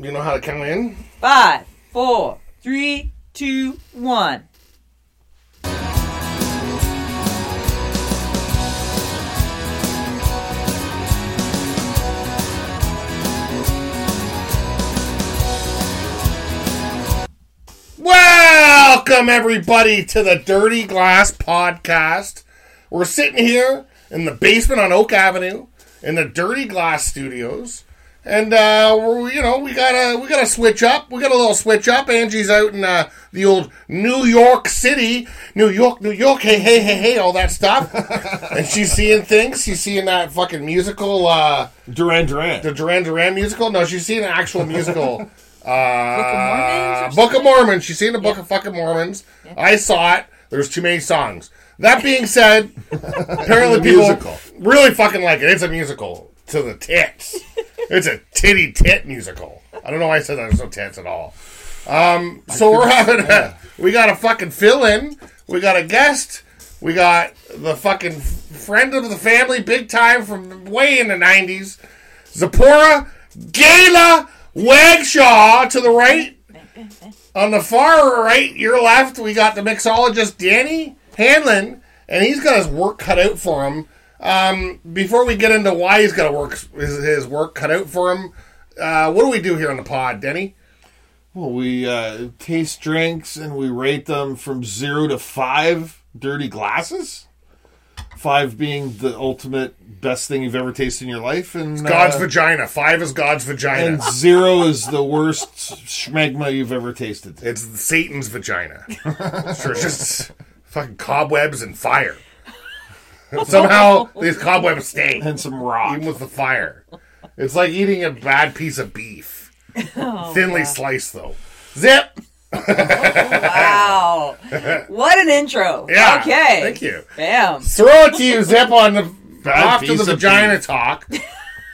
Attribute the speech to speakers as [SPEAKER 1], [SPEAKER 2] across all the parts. [SPEAKER 1] You know how to count in?
[SPEAKER 2] Five, four, three, two, one.
[SPEAKER 1] Welcome, everybody, to the Dirty Glass Podcast. We're sitting here in the basement on Oak Avenue in the Dirty Glass Studios. And uh, we're, you know we gotta we gotta switch up. We got a little switch up. Angie's out in uh, the old New York City, New York, New York. Hey, hey, hey, hey, all that stuff. and she's seeing things. She's seeing that fucking musical. Uh,
[SPEAKER 3] Duran Duran.
[SPEAKER 1] the Duran Duran musical? No, she's seen an actual musical. uh,
[SPEAKER 2] Mormons or
[SPEAKER 1] Book of Mormon. She's seen the Book of fucking Mormons. I saw it. There's too many songs. That being said, apparently
[SPEAKER 3] It's a
[SPEAKER 1] people
[SPEAKER 3] musical.
[SPEAKER 1] really fucking like it. It's a musical to the tits. it's a titty tit musical. I don't know why I said that. There's no tits at all. Um, so we're having a, we got a fucking fill in. We got a guest. We got the fucking f- friend of the family, big time from way in the '90s. Zipporah Gayla Wagshaw to the right. On the far right, your left, we got the mixologist Danny Hanlon, and he's got his work cut out for him. Um, before we get into why he's got work his, his work cut out for him, uh, what do we do here on the pod, Denny?
[SPEAKER 3] Well, we uh, taste drinks and we rate them from zero to five dirty glasses. Five being the ultimate best thing you've ever tasted in your life, and
[SPEAKER 1] God's
[SPEAKER 3] uh,
[SPEAKER 1] vagina. Five is God's vagina.
[SPEAKER 3] and zero is the worst schmegma you've ever tasted.
[SPEAKER 1] It's Satan's vagina. sure, it's just fucking cobwebs and fire. Somehow these cobwebs stay,
[SPEAKER 3] And some rock.
[SPEAKER 1] even with the fire. It's like eating a bad piece of beef,
[SPEAKER 2] Oh,
[SPEAKER 1] thinly sliced though. Zip.
[SPEAKER 2] Wow. what an intro.
[SPEAKER 1] Yeah.
[SPEAKER 2] Okay.
[SPEAKER 1] Thank you.
[SPEAKER 2] Bam.
[SPEAKER 1] Throw it to you, Zip, on the
[SPEAKER 3] Bad
[SPEAKER 1] off to
[SPEAKER 3] piece
[SPEAKER 1] the
[SPEAKER 3] of
[SPEAKER 1] vagina
[SPEAKER 3] beef.
[SPEAKER 1] talk.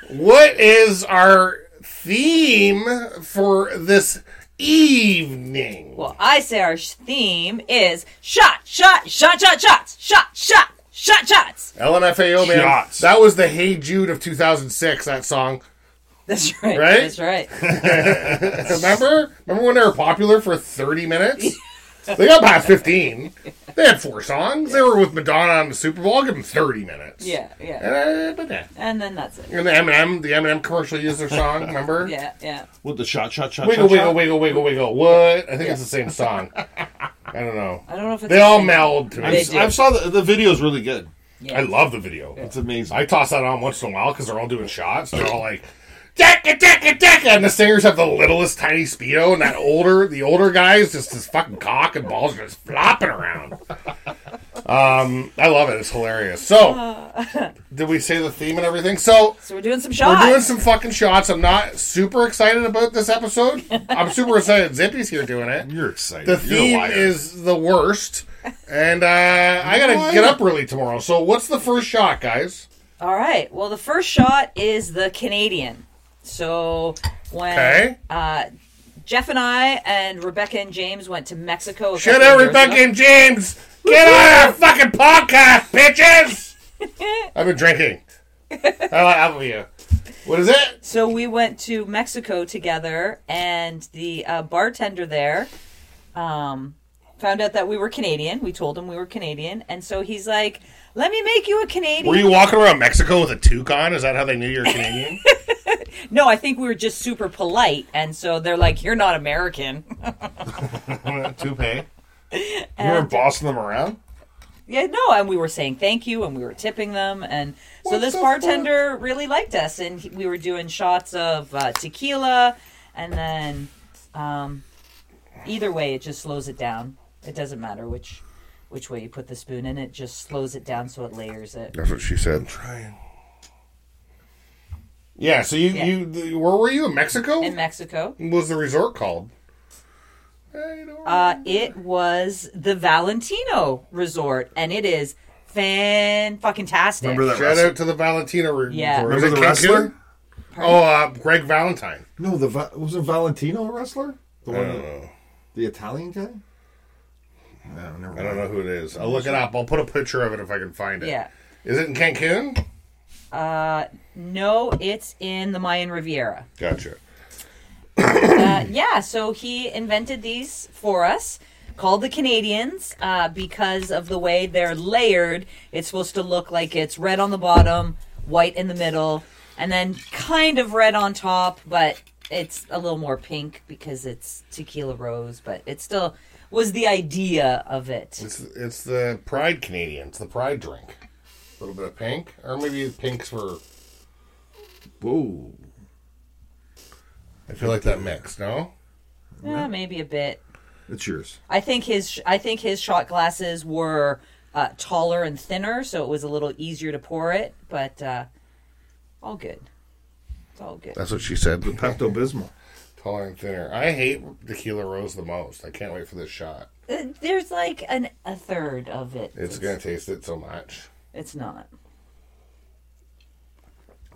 [SPEAKER 1] What is our theme for this evening?
[SPEAKER 2] Well, I say our sh- theme is shot, shot, shot, shot, shots, shot, shot, shot, shots.
[SPEAKER 1] LMFAO man.
[SPEAKER 3] Shots.
[SPEAKER 1] That was the Hey Jude of 2006. That song.
[SPEAKER 2] That's right.
[SPEAKER 1] Right?
[SPEAKER 2] That's right.
[SPEAKER 1] Remember? Remember when they were popular for 30 minutes? They got past 15. They had four songs. They were with Madonna on the Super Bowl. I'll give them 30 minutes.
[SPEAKER 2] Yeah, yeah.
[SPEAKER 1] Uh, but nah.
[SPEAKER 2] And then that's it.
[SPEAKER 1] And the Eminem, the Eminem commercial used their song. Remember?
[SPEAKER 2] Yeah, yeah.
[SPEAKER 3] With the shot, shot, shot,
[SPEAKER 1] Wiggle,
[SPEAKER 3] shot, shot.
[SPEAKER 1] wiggle, wiggle, wiggle, wiggle. What? I think it's the same song. I don't know.
[SPEAKER 2] I don't know if it's
[SPEAKER 1] They
[SPEAKER 2] the
[SPEAKER 1] all
[SPEAKER 2] same-
[SPEAKER 1] meld to
[SPEAKER 2] They
[SPEAKER 1] me.
[SPEAKER 2] do.
[SPEAKER 3] I saw the, the video's really good.
[SPEAKER 2] Yeah.
[SPEAKER 1] I love the video.
[SPEAKER 3] It's amazing.
[SPEAKER 1] I toss that on once in a while because they're all doing shots. They're all like, "Decka, decka, decka," and the singers have the littlest tiny speedo, and that older, the older guys, just his fucking cock and balls are just flopping around. Um, I love it. It's hilarious. So, did we say the theme and everything? So,
[SPEAKER 2] so we're doing some
[SPEAKER 1] we're
[SPEAKER 2] shots.
[SPEAKER 1] doing some fucking shots. I'm not super excited about this episode. I'm super excited. Zippy's here doing it.
[SPEAKER 3] You're excited.
[SPEAKER 1] The
[SPEAKER 3] You're a
[SPEAKER 1] theme
[SPEAKER 3] liar.
[SPEAKER 1] is the worst, and uh, I gotta
[SPEAKER 3] Why?
[SPEAKER 1] get up early tomorrow. So, what's the first shot, guys?
[SPEAKER 2] All right. Well, the first shot is the Canadian. So when
[SPEAKER 1] Okay.
[SPEAKER 2] uh, Jeff and I and Rebecca and James went to Mexico. a
[SPEAKER 1] Shut
[SPEAKER 2] couple
[SPEAKER 1] up,
[SPEAKER 2] years
[SPEAKER 1] Rebecca
[SPEAKER 2] ago-
[SPEAKER 1] and James! Get on our fucking podcast, bitches! I've been drinking. I like apple you. What is it?
[SPEAKER 2] So we went to Mexico together, and the uh, bartender there um, found out that we were Canadian. We told him we were Canadian, and so he's like, "Let me make you a Canadian."
[SPEAKER 1] Were you walking around Mexico with a toucan? Is that how they knew you're Canadian?
[SPEAKER 2] no, I think we were just super polite, and so they're like, "You're not American."
[SPEAKER 1] Toupee.
[SPEAKER 3] You were bossing them around?
[SPEAKER 2] Yeah, no, and we were saying thank you, and we were tipping them, and so
[SPEAKER 3] What
[SPEAKER 2] this
[SPEAKER 3] the
[SPEAKER 2] bartender really liked us, and he, we were doing shots of uh, tequila, and then um, either way, it just slows it down. It doesn't matter which which way you put the spoon in; it just slows it down so it layers it.
[SPEAKER 1] That's what she said. Yeah, so you,
[SPEAKER 2] Yeah.
[SPEAKER 1] you th- where were you? In Mexico?
[SPEAKER 2] In Mexico,
[SPEAKER 1] What was the resort called? I don't
[SPEAKER 2] uh, it was the Valentino Resort, and it is fan fucking tastic.
[SPEAKER 3] Remember that
[SPEAKER 1] Shout
[SPEAKER 3] wrestler?
[SPEAKER 1] out to the Valentino resort.
[SPEAKER 2] Yeah.
[SPEAKER 3] Remember
[SPEAKER 1] Is it
[SPEAKER 3] the
[SPEAKER 1] Cancun?
[SPEAKER 3] wrestler?
[SPEAKER 1] Oh, uh, Greg Valentine.
[SPEAKER 3] No, the Va- was it Valentino a wrestler? The
[SPEAKER 1] I
[SPEAKER 3] one,
[SPEAKER 1] don't
[SPEAKER 3] that-
[SPEAKER 1] know.
[SPEAKER 3] the Italian guy. No, never mind.
[SPEAKER 1] I don't know who it is. I'll look it up. I'll put a picture of it if I can find it.
[SPEAKER 2] Yeah.
[SPEAKER 1] Is it in Cancun?
[SPEAKER 2] Uh, no, it's in the Mayan Riviera.
[SPEAKER 1] Gotcha. Really?
[SPEAKER 2] yeah, so he invented these for us, called the Canadians, uh, because of the way they're layered. It's supposed to look like it's red on the bottom, white in the middle, and then kind of red on top, but it's a little more pink because it's tequila rose, but it still was the idea of it.
[SPEAKER 1] It's, it's the Pride Canadian. It's the Pride drink. A little bit of pink, or maybe the pinks were.
[SPEAKER 3] Whoa.
[SPEAKER 1] I feel like that mix. No,
[SPEAKER 2] Yeah, maybe a bit.
[SPEAKER 3] It's yours.
[SPEAKER 2] I think his I think his shot glasses were uh, taller and thinner, so it was a little easier to pour it. But uh, all good. It's all good. Uh,
[SPEAKER 1] that's what she said.
[SPEAKER 3] Pepto Bismol.
[SPEAKER 1] Taller and thinner. I hate tequila rose the most. I can't wait for this shot.
[SPEAKER 2] Uh, There's like an a third of it.
[SPEAKER 1] It's gonna taste it so much.
[SPEAKER 2] It's not.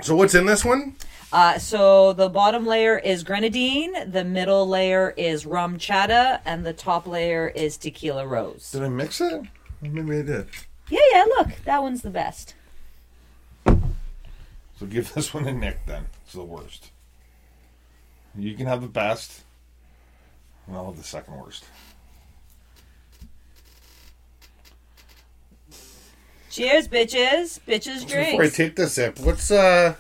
[SPEAKER 1] So what's in this one?
[SPEAKER 2] Uh, so the bottom layer is grenadine, the middle layer is rum chata, and the top layer is tequila rose.
[SPEAKER 3] Did I mix it? Maybe I did.
[SPEAKER 2] Yeah, yeah. Look, that one's the best.
[SPEAKER 3] So give this one to Nick then. It's the worst. You can have the best. And I'll have the second worst.
[SPEAKER 2] Cheers, bitches. Bitches
[SPEAKER 1] Before I
[SPEAKER 2] drinks.
[SPEAKER 1] take this sip, what's uh?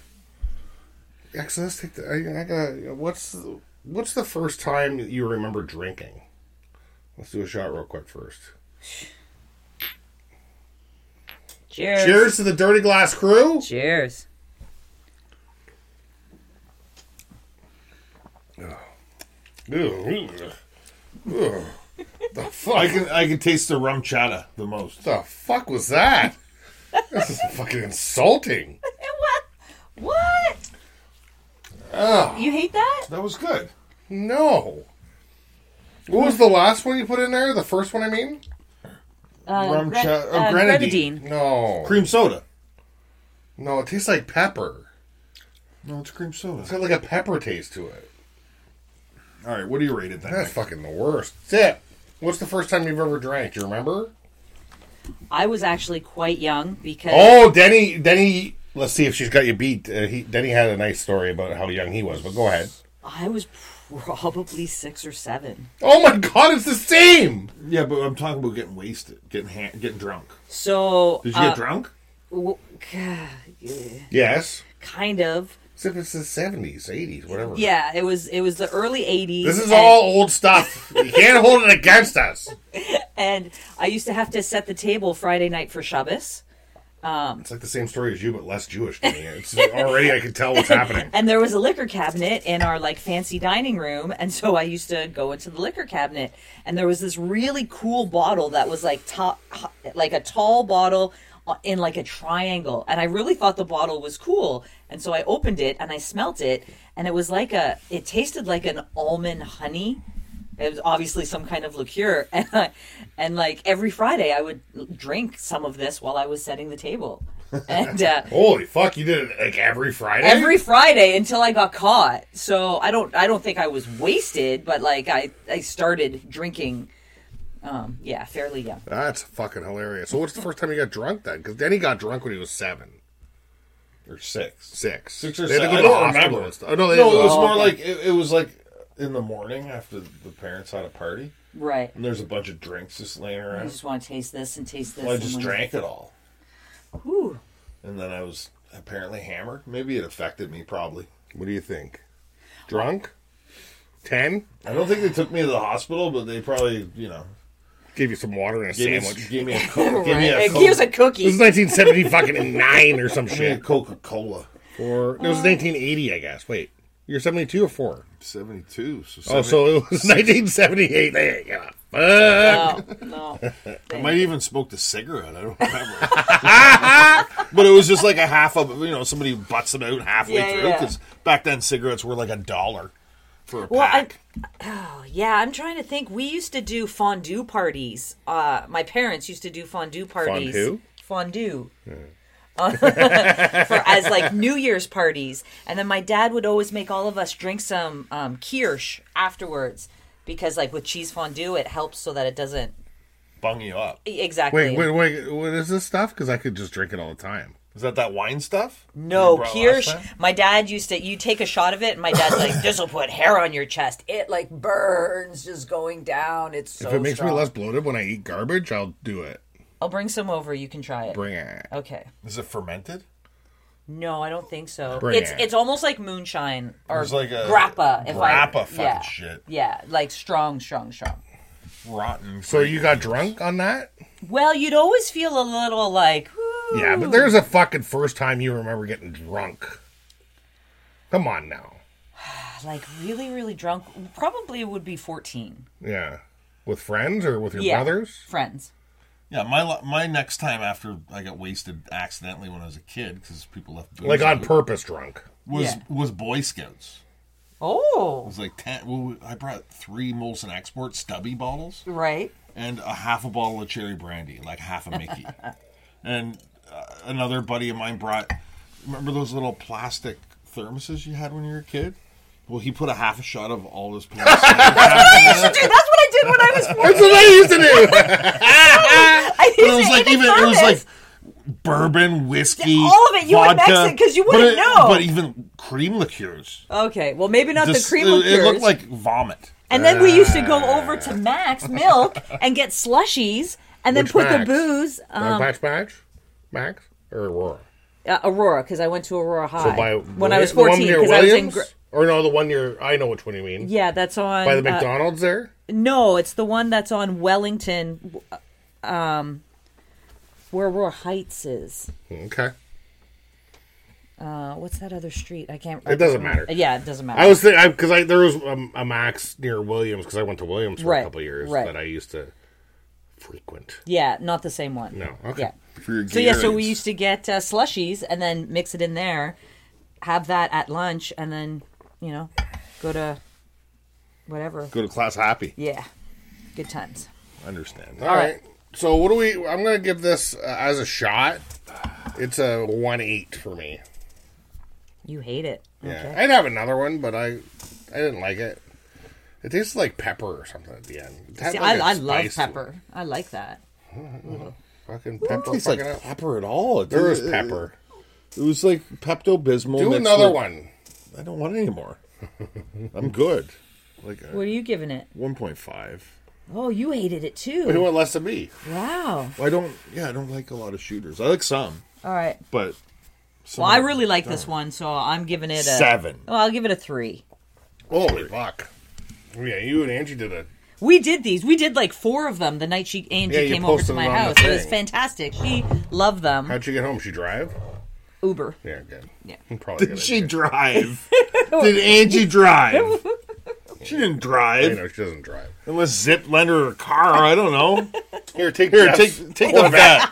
[SPEAKER 1] Actually, let's take the. I, I gotta. What's what's the first time that you remember drinking? Let's do a shot real quick first.
[SPEAKER 2] Cheers.
[SPEAKER 1] Cheers to the Dirty Glass crew.
[SPEAKER 2] Cheers.
[SPEAKER 1] Ew, ugh. Ugh. the fuck?
[SPEAKER 3] I can I can taste the rum chata the most.
[SPEAKER 1] the fuck was that? this is fucking insulting.
[SPEAKER 2] What? What?
[SPEAKER 3] Oh.
[SPEAKER 2] You hate that?
[SPEAKER 3] That was good.
[SPEAKER 1] No. What was the last one you put in there? The first one, I mean.
[SPEAKER 2] Uh,
[SPEAKER 3] Rum
[SPEAKER 2] gre-
[SPEAKER 3] cha- or
[SPEAKER 2] uh,
[SPEAKER 3] grenadine.
[SPEAKER 1] No.
[SPEAKER 3] Cream soda.
[SPEAKER 1] No, it tastes like pepper.
[SPEAKER 3] No, it's cream
[SPEAKER 1] It's
[SPEAKER 3] soda.
[SPEAKER 1] got like a pepper taste to it.
[SPEAKER 3] All right, what do you rate it then?
[SPEAKER 1] That's
[SPEAKER 3] Nick?
[SPEAKER 1] fucking the worst. Sip. What's the first time you've ever drank? Do you remember?
[SPEAKER 2] I was actually quite young because
[SPEAKER 1] Oh, Denny. Denny. Let's see if she's got you beat. Uh, he, Denny had a nice story about how young he was, but go ahead.
[SPEAKER 2] I was probably six or seven.
[SPEAKER 1] Oh my god, it's the same.
[SPEAKER 3] Yeah, but I'm talking about getting wasted, getting ha- getting drunk.
[SPEAKER 2] So
[SPEAKER 3] Did you
[SPEAKER 2] uh,
[SPEAKER 3] get drunk?
[SPEAKER 2] w- g-
[SPEAKER 1] Yes.
[SPEAKER 2] kind of.
[SPEAKER 1] Except it's the seventies, eighties, whatever.
[SPEAKER 2] Yeah, it was it was the early '80s.
[SPEAKER 1] This is
[SPEAKER 2] and-
[SPEAKER 1] all old stuff. You can't hold it against us.
[SPEAKER 2] And I used to have to set the table Friday night for Shabbos.
[SPEAKER 1] It's like the same story as you, but less Jewish to me. It's already I can tell what's happening.
[SPEAKER 2] And there was a liquor cabinet in our like fancy dining room, and so I used to go into the liquor cabinet, and there was this really cool bottle that was like top, like a tall bottle uh, in like a triangle, and I really thought the bottle was cool, and so I opened it and I smelt it, and it was like a, it tasted like an almond honey. It was obviously some kind of liqueur, and I, and like every Friday I would drink some of this while I was setting the table, and. Uh,
[SPEAKER 1] Holy fuck, you did it like every Friday?
[SPEAKER 2] every Friday until I got caught. So I don't I don't think I was wasted, but like I I started drinking um yeah, fairly young.
[SPEAKER 1] That's fucking hilarious. So what's the first time you got drunk then? Because Denny got drunk when he was seven.
[SPEAKER 3] Or six?
[SPEAKER 1] Six.
[SPEAKER 3] Six or
[SPEAKER 1] They had to go
[SPEAKER 3] seven? I
[SPEAKER 1] to
[SPEAKER 3] don't
[SPEAKER 1] hospital
[SPEAKER 3] remember.
[SPEAKER 1] and stuff. Oh, no, they
[SPEAKER 3] No, it was
[SPEAKER 2] Oh,
[SPEAKER 3] more
[SPEAKER 2] okay.
[SPEAKER 3] like it, it was like in the morning after the parents had a party,
[SPEAKER 2] Right.
[SPEAKER 3] and there's a bunch of drinks just laying
[SPEAKER 2] I
[SPEAKER 3] around.
[SPEAKER 2] just want to taste this and taste this.
[SPEAKER 3] Well, I
[SPEAKER 2] and
[SPEAKER 3] just
[SPEAKER 2] when-
[SPEAKER 3] drank it all,
[SPEAKER 2] Whew.
[SPEAKER 3] and then I was apparently hammered. Maybe it affected me. Probably.
[SPEAKER 1] What do you think? Drunk? Ten?
[SPEAKER 3] I don't think they took me to the hospital, but they probably, you know,
[SPEAKER 1] Gave you some water and a
[SPEAKER 3] gave me,
[SPEAKER 1] sandwich.
[SPEAKER 3] gave me a coke, gave me a
[SPEAKER 2] Right.
[SPEAKER 3] coke,
[SPEAKER 2] Here's a
[SPEAKER 1] This is
[SPEAKER 2] cookie.
[SPEAKER 1] 1970 fucking nine or some
[SPEAKER 3] gave me a
[SPEAKER 1] shit.
[SPEAKER 3] Coca Cola.
[SPEAKER 1] Or it was 1980, I guess. Wait, you're 72 or four?
[SPEAKER 3] Seventy two. So
[SPEAKER 1] Oh, so it was 1978. They ain't give a fuck.
[SPEAKER 2] No, no.
[SPEAKER 3] I might even smoked a cigarette. I don't remember. but it was just like a half of you know somebody butts them out halfway
[SPEAKER 2] Yeah,
[SPEAKER 3] through
[SPEAKER 2] yeah.
[SPEAKER 3] because back then cigarettes were like a dollar for a
[SPEAKER 2] Well, I-
[SPEAKER 3] pack.
[SPEAKER 2] Oh, yeah, I'm trying to think. We used to do fondue parties. Uh, my parents used to do fondue parties.
[SPEAKER 1] Fondue?
[SPEAKER 2] Fondue. For, as like New Year's parties, and then my dad would always make all of us drink some um, kirsch afterwards because, like with cheese fondue, it helps so that it doesn't e,
[SPEAKER 3] Bung you up.
[SPEAKER 1] Wait,
[SPEAKER 2] exactly.
[SPEAKER 1] wait, wait. What is this stuff? Because I could just drink it all the time.
[SPEAKER 3] Is that that wine stuff?
[SPEAKER 2] No,
[SPEAKER 3] You brought
[SPEAKER 2] Kirsch.
[SPEAKER 3] last time?
[SPEAKER 2] My dad used to. You take a shot of it, and my dad's like, "This will put hair on your chest. It like burns, just going down. It's so
[SPEAKER 1] If it makes
[SPEAKER 2] strong."
[SPEAKER 1] me less bloated when I eat garbage, I'll do it.
[SPEAKER 2] I'll bring some over. You can try it.
[SPEAKER 1] Bring it.
[SPEAKER 2] Okay.
[SPEAKER 3] Is it fermented?
[SPEAKER 2] No, I don't think so.
[SPEAKER 1] Bring
[SPEAKER 2] it's
[SPEAKER 1] it.
[SPEAKER 2] it's almost like moonshine or
[SPEAKER 3] There's like a
[SPEAKER 2] grappa. If I,
[SPEAKER 3] grappa fucking
[SPEAKER 2] yeah,
[SPEAKER 3] shit.
[SPEAKER 2] Yeah, like strong, strong, strong.
[SPEAKER 3] Rotten.
[SPEAKER 1] So you got drunk on that?
[SPEAKER 2] Well, you'd always feel a little like. "Ooh."
[SPEAKER 1] Yeah, but there's a fucking first time you remember getting drunk. Come on now.
[SPEAKER 2] like really, really drunk. Probably would be fourteen.
[SPEAKER 1] Yeah. With friends or with your
[SPEAKER 2] yeah,
[SPEAKER 1] brothers?
[SPEAKER 2] friends.
[SPEAKER 3] Yeah, my la- my next time after I got wasted accidentally when I was a kid because people left booze
[SPEAKER 1] Like on
[SPEAKER 3] out,
[SPEAKER 1] purpose drunk.
[SPEAKER 3] was
[SPEAKER 2] Yeah.
[SPEAKER 3] was Boy Scouts. It
[SPEAKER 2] Oh,
[SPEAKER 3] was like ten. Well, I brought three Molson Export stubby bottles
[SPEAKER 2] right.
[SPEAKER 3] and a half a bottle of cherry brandy, like half a Mickey. and uh, another buddy of mine brought. Remember those little plastic thermoses you had when you were a kid? Well, he put a half a shot of all this. plastic.
[SPEAKER 2] Dude, that's what I did when I was fourteen.
[SPEAKER 1] That's what I used to do.
[SPEAKER 2] I used
[SPEAKER 3] But it was
[SPEAKER 2] to
[SPEAKER 3] like
[SPEAKER 2] eat a
[SPEAKER 3] even it was
[SPEAKER 2] thermos.
[SPEAKER 3] like bourbon whiskey,
[SPEAKER 2] All of it, you would
[SPEAKER 3] vodka,
[SPEAKER 2] mix it 'cause you
[SPEAKER 3] But
[SPEAKER 2] wouldn't
[SPEAKER 3] it-
[SPEAKER 2] know.
[SPEAKER 3] But even cream liqueurs,
[SPEAKER 2] Okay, well maybe not
[SPEAKER 3] Just-
[SPEAKER 2] the cream
[SPEAKER 3] it,
[SPEAKER 2] liqueurs.
[SPEAKER 3] it looked like Ah. vomit.
[SPEAKER 2] and then we used to go over to Max Milk and get slushies, and then
[SPEAKER 1] Which
[SPEAKER 2] put the
[SPEAKER 1] Max?
[SPEAKER 2] booze
[SPEAKER 1] Uh,
[SPEAKER 2] um,
[SPEAKER 1] Max, Max, Max, or Aurora.
[SPEAKER 2] uh, Aurora because I went to Aurora High
[SPEAKER 1] By
[SPEAKER 2] when I was
[SPEAKER 1] the one
[SPEAKER 2] fourteen
[SPEAKER 1] near
[SPEAKER 2] because I was in.
[SPEAKER 1] Williams?
[SPEAKER 2] Gr-
[SPEAKER 1] or no, the one near. I know which one you mean.
[SPEAKER 2] yeah, that's on
[SPEAKER 1] By the
[SPEAKER 2] uh,
[SPEAKER 1] McDonald's there.
[SPEAKER 2] no, it's the one that's on Wellington, w- um, where Aurora Heights is.
[SPEAKER 1] Okay.
[SPEAKER 2] Uh, what's that other street? I can't.
[SPEAKER 1] It doesn't matter.
[SPEAKER 2] Yeah, it doesn't matter.
[SPEAKER 1] I was thinking because I, there was um, a Max near Williams because I went to Williams for
[SPEAKER 2] Right,
[SPEAKER 1] a couple of years
[SPEAKER 2] right.
[SPEAKER 1] that I used to frequent.
[SPEAKER 2] yeah, not the same one.
[SPEAKER 1] No, okay.
[SPEAKER 2] Yeah.
[SPEAKER 3] For your
[SPEAKER 2] So yeah, so we used to get uh, slushies and then mix it in there, have that at lunch, and then you know, go to whatever.
[SPEAKER 3] go to class happy.
[SPEAKER 2] Yeah, good times.
[SPEAKER 3] Understand?
[SPEAKER 1] All right. So what do we? I'm gonna give this uh, as a shot. It's a one eight for me.
[SPEAKER 2] You hate it.
[SPEAKER 1] Yeah, I'd have another one, but I I didn't like it. It tastes like pepper or something at the end. It had
[SPEAKER 2] See,
[SPEAKER 1] like a
[SPEAKER 2] I, I love
[SPEAKER 1] spice to it.
[SPEAKER 2] pepper. I like that.
[SPEAKER 1] Fucking pepper.
[SPEAKER 3] Tastes
[SPEAKER 1] fucking
[SPEAKER 3] like
[SPEAKER 1] up.
[SPEAKER 3] pepper at all. It
[SPEAKER 1] There was
[SPEAKER 3] was
[SPEAKER 1] pepper.
[SPEAKER 3] It was like Pepto Bismol.
[SPEAKER 1] Do another one.
[SPEAKER 3] I don't want it anymore. I'm good. Like uh,
[SPEAKER 2] What are you giving it?
[SPEAKER 3] one point five.
[SPEAKER 2] Oh, you hated it
[SPEAKER 1] Who
[SPEAKER 2] too.
[SPEAKER 1] want less than me?
[SPEAKER 2] Wow.
[SPEAKER 3] I don't. Yeah, I don't like a lot of shooters. I like some,
[SPEAKER 2] All right.
[SPEAKER 3] but some
[SPEAKER 2] Well, I
[SPEAKER 3] are-
[SPEAKER 2] really like this one, so I'm giving it a
[SPEAKER 3] Seven.
[SPEAKER 2] Well, I'll give it a three.
[SPEAKER 1] Holy fuck! Yeah, you and Angie did a
[SPEAKER 2] We did these. We did like four of them the night she Angie
[SPEAKER 1] Yeah, you
[SPEAKER 2] came over to
[SPEAKER 1] posted
[SPEAKER 2] my
[SPEAKER 1] it on the
[SPEAKER 2] house. It was
[SPEAKER 1] thing.
[SPEAKER 2] fantastic. She loved them.
[SPEAKER 1] How'd she get home? She drive?
[SPEAKER 2] Uber.
[SPEAKER 1] Yeah, good.
[SPEAKER 2] Yeah.
[SPEAKER 1] Probably.
[SPEAKER 3] Did
[SPEAKER 1] good
[SPEAKER 3] she
[SPEAKER 1] idea.
[SPEAKER 3] drive? Did Angie drive? She didn't
[SPEAKER 1] You
[SPEAKER 3] drive.
[SPEAKER 1] know she doesn't drive.
[SPEAKER 3] Unless Zip lent her a car. I don't know.
[SPEAKER 1] Here, take
[SPEAKER 3] Here,
[SPEAKER 1] Jeff's.
[SPEAKER 3] take take the vet.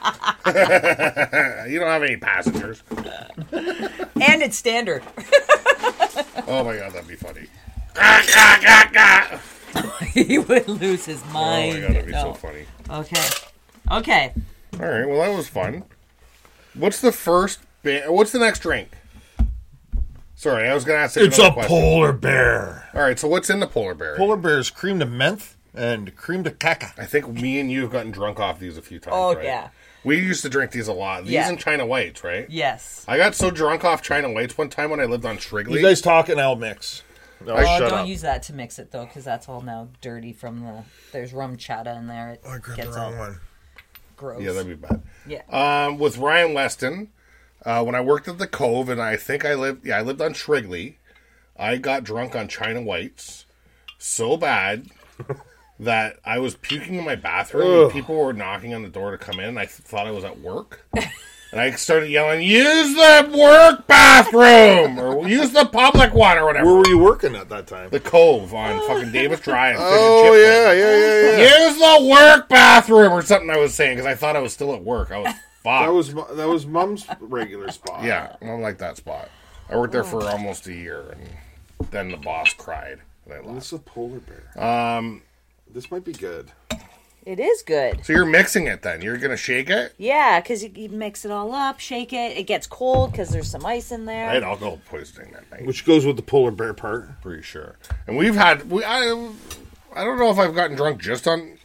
[SPEAKER 1] Uh, You don't have any passengers.
[SPEAKER 2] And it's standard.
[SPEAKER 1] Oh my god, that'd be funny. Oh
[SPEAKER 2] he would lose his
[SPEAKER 1] Oh
[SPEAKER 2] mind.
[SPEAKER 1] my god, that'd be so
[SPEAKER 2] No.
[SPEAKER 1] funny.
[SPEAKER 2] Okay. Okay.
[SPEAKER 1] All right, well that was fun. What's the first? Ba- what's the next drink? Sorry, I was gonna ask.
[SPEAKER 3] It's
[SPEAKER 1] another
[SPEAKER 3] a
[SPEAKER 1] question.
[SPEAKER 3] polar bear.
[SPEAKER 1] All right, so what's in the polar bear?
[SPEAKER 3] Polar bears cream to menthe and cream to caca.
[SPEAKER 1] I think me and you have gotten drunk off these a few times.
[SPEAKER 2] Oh,
[SPEAKER 1] right?
[SPEAKER 2] yeah.
[SPEAKER 1] we used to drink these a lot. These
[SPEAKER 2] Yeah.
[SPEAKER 1] and China Whites, right?
[SPEAKER 2] Yes.
[SPEAKER 1] I got so drunk off China Whites one time when I lived on Shrigley.
[SPEAKER 3] You guys talk and I'll mix. No,
[SPEAKER 2] Oh,
[SPEAKER 3] shut
[SPEAKER 2] don't
[SPEAKER 3] up.
[SPEAKER 2] use that to mix it though, because that's all now dirty from the. There's rum chata in there. It
[SPEAKER 1] Oh,
[SPEAKER 3] I grabbed
[SPEAKER 2] gets
[SPEAKER 3] the wrong
[SPEAKER 2] all
[SPEAKER 3] one.
[SPEAKER 2] gross.
[SPEAKER 1] yeah, that'd be bad.
[SPEAKER 2] Yeah.
[SPEAKER 1] um, with Ryan Weston. Uh, when I worked at the Cove, and I think I lived, yeah, I lived on Shrigley. I got drunk on China Whites so bad that I was puking in my bathroom. and people were knocking on the door to come in. And I thought I was at work, and I started yelling, "Use the work bathroom or use the public one or whatever."
[SPEAKER 3] Where were you working at that time?
[SPEAKER 1] the Cove on fucking Davis Drive.
[SPEAKER 3] Oh yeah, yeah, yeah, yeah.
[SPEAKER 1] Use the work bathroom or something. I was saying because I thought I was still at work. I was fucked.
[SPEAKER 3] That was mu- that was Mum's regular spot.
[SPEAKER 1] Yeah, I don't like that spot. I worked there for almost a year, and then the boss cried, and I lost.
[SPEAKER 3] This is a polar bear. Um, this might be good.
[SPEAKER 2] It is good.
[SPEAKER 1] So you're mixing it then? You're gonna shake it?
[SPEAKER 2] Yeah, because you, you mix it all up, shake it. It gets cold because there's some ice in there.
[SPEAKER 1] I had alcohol poisoning that night,
[SPEAKER 3] Which goes with the polar bear part.
[SPEAKER 1] pretty sure. And we've had we I I don't know if I've gotten drunk just on.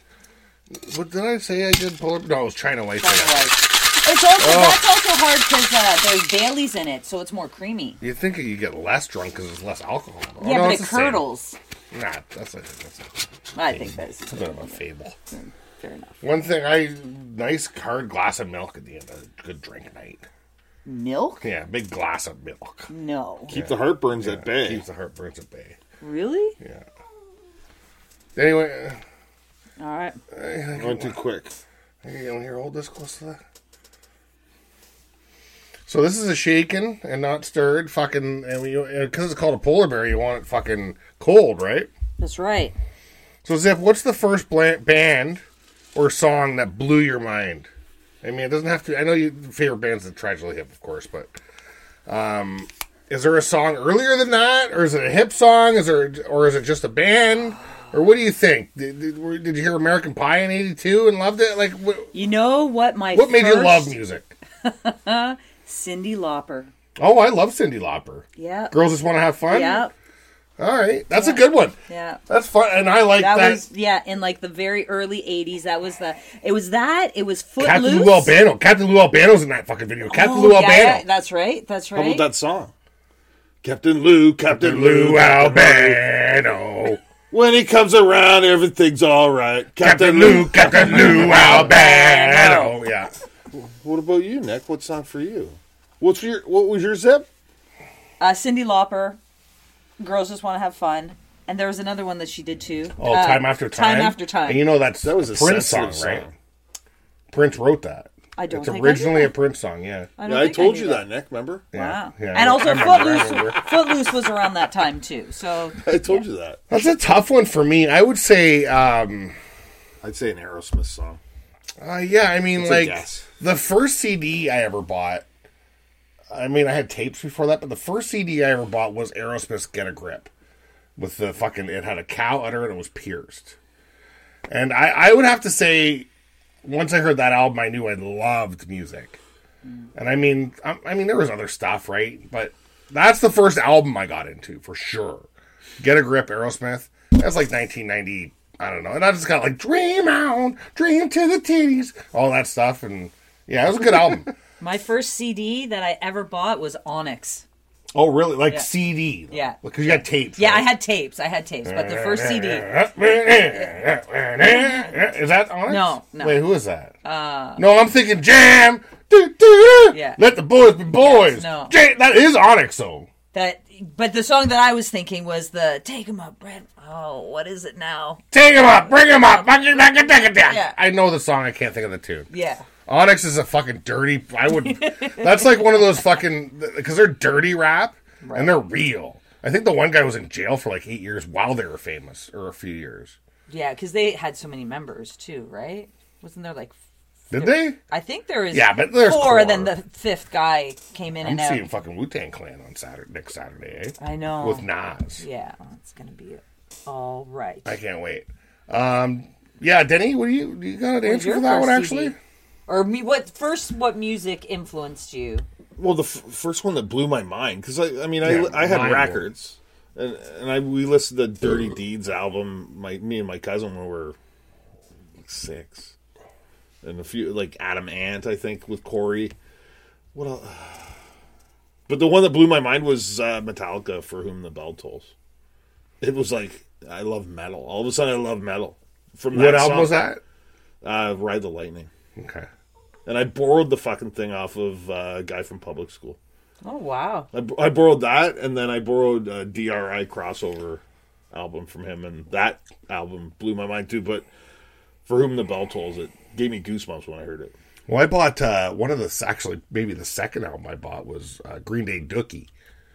[SPEAKER 1] What did I say? I did polar. No, it was China White.
[SPEAKER 2] Kinda like- It's also that's also hard because uh, there's Baileys in it, so it's more creamy.
[SPEAKER 1] You think you get less drunk because there's less alcohol. Oh,
[SPEAKER 2] yeah,
[SPEAKER 1] no,
[SPEAKER 2] but
[SPEAKER 1] it's
[SPEAKER 2] it
[SPEAKER 1] the same.
[SPEAKER 2] curdles.
[SPEAKER 1] Nah, that's a, that's a
[SPEAKER 2] I think that's
[SPEAKER 1] bit of a fable.
[SPEAKER 2] fair enough.
[SPEAKER 1] One thing I nice hard glass of milk at the end of a good drink night.
[SPEAKER 2] Milk?
[SPEAKER 1] Yeah, big glass of milk
[SPEAKER 2] No.
[SPEAKER 3] Keep the heartburns at bay.
[SPEAKER 1] keeps the heartburns at bay.
[SPEAKER 2] Really?
[SPEAKER 1] Yeah. Anyway, uh,
[SPEAKER 2] All right.
[SPEAKER 3] Went too quick.
[SPEAKER 1] Hey, you want to hear hold this close to that? So this is a shaken and not stirred fucking and we because it's called a polar bear you want it fucking cold right?
[SPEAKER 2] That's right.
[SPEAKER 1] So Zip, what's the first bla- band or song that blew your mind? I mean, it doesn't have to. I know your favorite band's the Tragically Hip, of course, but um, is there a song earlier than that, or is it a hip song? Is there, or is it just a band? Or what do you think? Did, did, were- did you hear American Pie in '82 and loved it? Like, what,
[SPEAKER 2] You know what my
[SPEAKER 1] what made you
[SPEAKER 2] first-
[SPEAKER 1] love music?
[SPEAKER 2] Cindy Lauper.
[SPEAKER 1] Oh, I love Cindy Lauper.
[SPEAKER 2] Yeah.
[SPEAKER 1] Girls just want to have fun.
[SPEAKER 2] Yeah.
[SPEAKER 1] All right, that's a good one.
[SPEAKER 2] Yeah.
[SPEAKER 1] That's fun, and I like
[SPEAKER 2] That
[SPEAKER 1] that.
[SPEAKER 2] was yeah, in like the very early '80s. That was the it was that it was Footloose.
[SPEAKER 1] Captain Lou Albano. Captain Lou Albano's in that fucking video. Captain
[SPEAKER 2] Oh,
[SPEAKER 1] Lou
[SPEAKER 2] yeah,
[SPEAKER 1] Albano.
[SPEAKER 2] yeah, that's right. That's
[SPEAKER 3] How
[SPEAKER 2] right.
[SPEAKER 3] about that song? Captain Lou, Captain Lou.
[SPEAKER 1] Lou Albano.
[SPEAKER 3] When he comes around, everything's all right.
[SPEAKER 1] Captain Lou, Captain Lou Albano. Yeah.
[SPEAKER 2] Oh,
[SPEAKER 3] What about you, Nick? What's on for you? What's your What was your zip?
[SPEAKER 2] Uh, Cindy Lauper. Girls just want to have fun. And there was another one that she did too.
[SPEAKER 1] Oh,
[SPEAKER 2] Uh,
[SPEAKER 1] time after time.
[SPEAKER 2] Time after time.
[SPEAKER 1] And you know that's
[SPEAKER 3] That was a
[SPEAKER 1] Prince song,
[SPEAKER 3] sensitive
[SPEAKER 1] right?
[SPEAKER 3] song.
[SPEAKER 1] Prince wrote that.
[SPEAKER 2] I don't
[SPEAKER 1] It's
[SPEAKER 2] think I knew
[SPEAKER 1] originally
[SPEAKER 2] that.
[SPEAKER 1] a Prince song. Yeah.
[SPEAKER 2] I,
[SPEAKER 3] Yeah,
[SPEAKER 2] don't
[SPEAKER 3] I
[SPEAKER 2] think
[SPEAKER 3] told
[SPEAKER 2] knew
[SPEAKER 3] you that, Nick. Remember?
[SPEAKER 2] Wow.
[SPEAKER 1] Yeah,
[SPEAKER 2] and
[SPEAKER 1] I
[SPEAKER 2] also
[SPEAKER 1] remember, I
[SPEAKER 2] Footloose.
[SPEAKER 1] remember.
[SPEAKER 2] Footloose was around that time too. So
[SPEAKER 3] I told you that.
[SPEAKER 1] That's a tough one for me. I would say, um,
[SPEAKER 3] I'd say an Aerosmith song.
[SPEAKER 1] uh, yeah. I mean,
[SPEAKER 3] It's a
[SPEAKER 1] like
[SPEAKER 3] guess.
[SPEAKER 1] the first CD I ever bought. I mean, I had tapes before that, but the first CD I ever bought was Aerosmith's "Get a Grip," with the fucking. It had a cow udder and it was pierced. And I, I would have to say, once I heard that album, I knew I loved music. And I mean, I, I mean, there was other stuff, right? But that's the first album I got into for sure. Get a grip, Aerosmith. That's like 1990. I don't know. And I just got like dream on, dream to the titties, all that stuff. And yeah, it was a good album.
[SPEAKER 2] my first CD that I ever bought was Onyx.
[SPEAKER 1] oh, really? Like CD? though.
[SPEAKER 2] Yeah.
[SPEAKER 1] Because you got tapes.
[SPEAKER 2] Yeah, I
[SPEAKER 1] right?
[SPEAKER 2] had tapes. I had tapes, but the first CD.
[SPEAKER 1] Is that Onyx?
[SPEAKER 2] No, no. Uh,
[SPEAKER 1] Wait, who is that? no, I'm thinking Jam. Do, do,
[SPEAKER 2] Yeah.
[SPEAKER 1] Let the boys be boys.
[SPEAKER 2] no.
[SPEAKER 1] Jam- that is Onyx, though.
[SPEAKER 2] That, but the song that I was thinking was the "Take 'Em Up, Brad." Oh, what is it now?
[SPEAKER 1] Take him up, bring him up. fucking back and take it down.
[SPEAKER 2] Yeah.
[SPEAKER 1] I know the song, I can't think of the tune.
[SPEAKER 2] Yeah,
[SPEAKER 1] Onyx is a fucking dirty. I would. that's like one of those fucking because they're dirty rap and they're real. I think the one guy was in jail for like eight years while they were famous, or a few years.
[SPEAKER 2] yeah, because they had so many members too, right? Wasn't there like?
[SPEAKER 1] Did they?
[SPEAKER 2] I think there was.
[SPEAKER 1] Yeah, but there's
[SPEAKER 2] four,
[SPEAKER 1] core.
[SPEAKER 2] and then the fifth guy came in
[SPEAKER 1] I'm
[SPEAKER 2] and out.
[SPEAKER 1] seeing fucking Wu Tang Clan on Saturday next Saturday. Eh?
[SPEAKER 2] I know.
[SPEAKER 1] with Nas.
[SPEAKER 2] yeah, it's gonna be all right.
[SPEAKER 1] I can't wait. Um, yeah, Denny, what do you you got an answer
[SPEAKER 2] your
[SPEAKER 1] for that one?
[SPEAKER 2] first CD?
[SPEAKER 1] Actually,
[SPEAKER 2] Or me, what first? What music influenced you?
[SPEAKER 3] Well, the f- first one that blew my mind because I, I mean,
[SPEAKER 1] Yeah,
[SPEAKER 3] I, I had
[SPEAKER 1] mine
[SPEAKER 3] records, and and I we listened to Dirty Deeds album. My me and my cousin when we were like six, and a few like Adam Ant, I think, with Corey. What else? But the one that blew my mind was uh, Metallica, for whom the bell tolls. It was like I love metal. All of a sudden, I love metal. From
[SPEAKER 1] what
[SPEAKER 3] that
[SPEAKER 1] album
[SPEAKER 3] song.
[SPEAKER 1] was that?
[SPEAKER 3] Uh, Ride the Lightning.
[SPEAKER 1] Okay,
[SPEAKER 3] And I borrowed the fucking thing off of uh, a guy from public school.
[SPEAKER 2] Oh wow!
[SPEAKER 3] I, I borrowed that, and then I borrowed a DRI crossover album from him, and that album blew my mind too. But for whom the bell tolls, it gave me goosebumps when I heard it.
[SPEAKER 1] well, I bought uh, one of the actually maybe the second album I bought was uh, Green Day Dookie.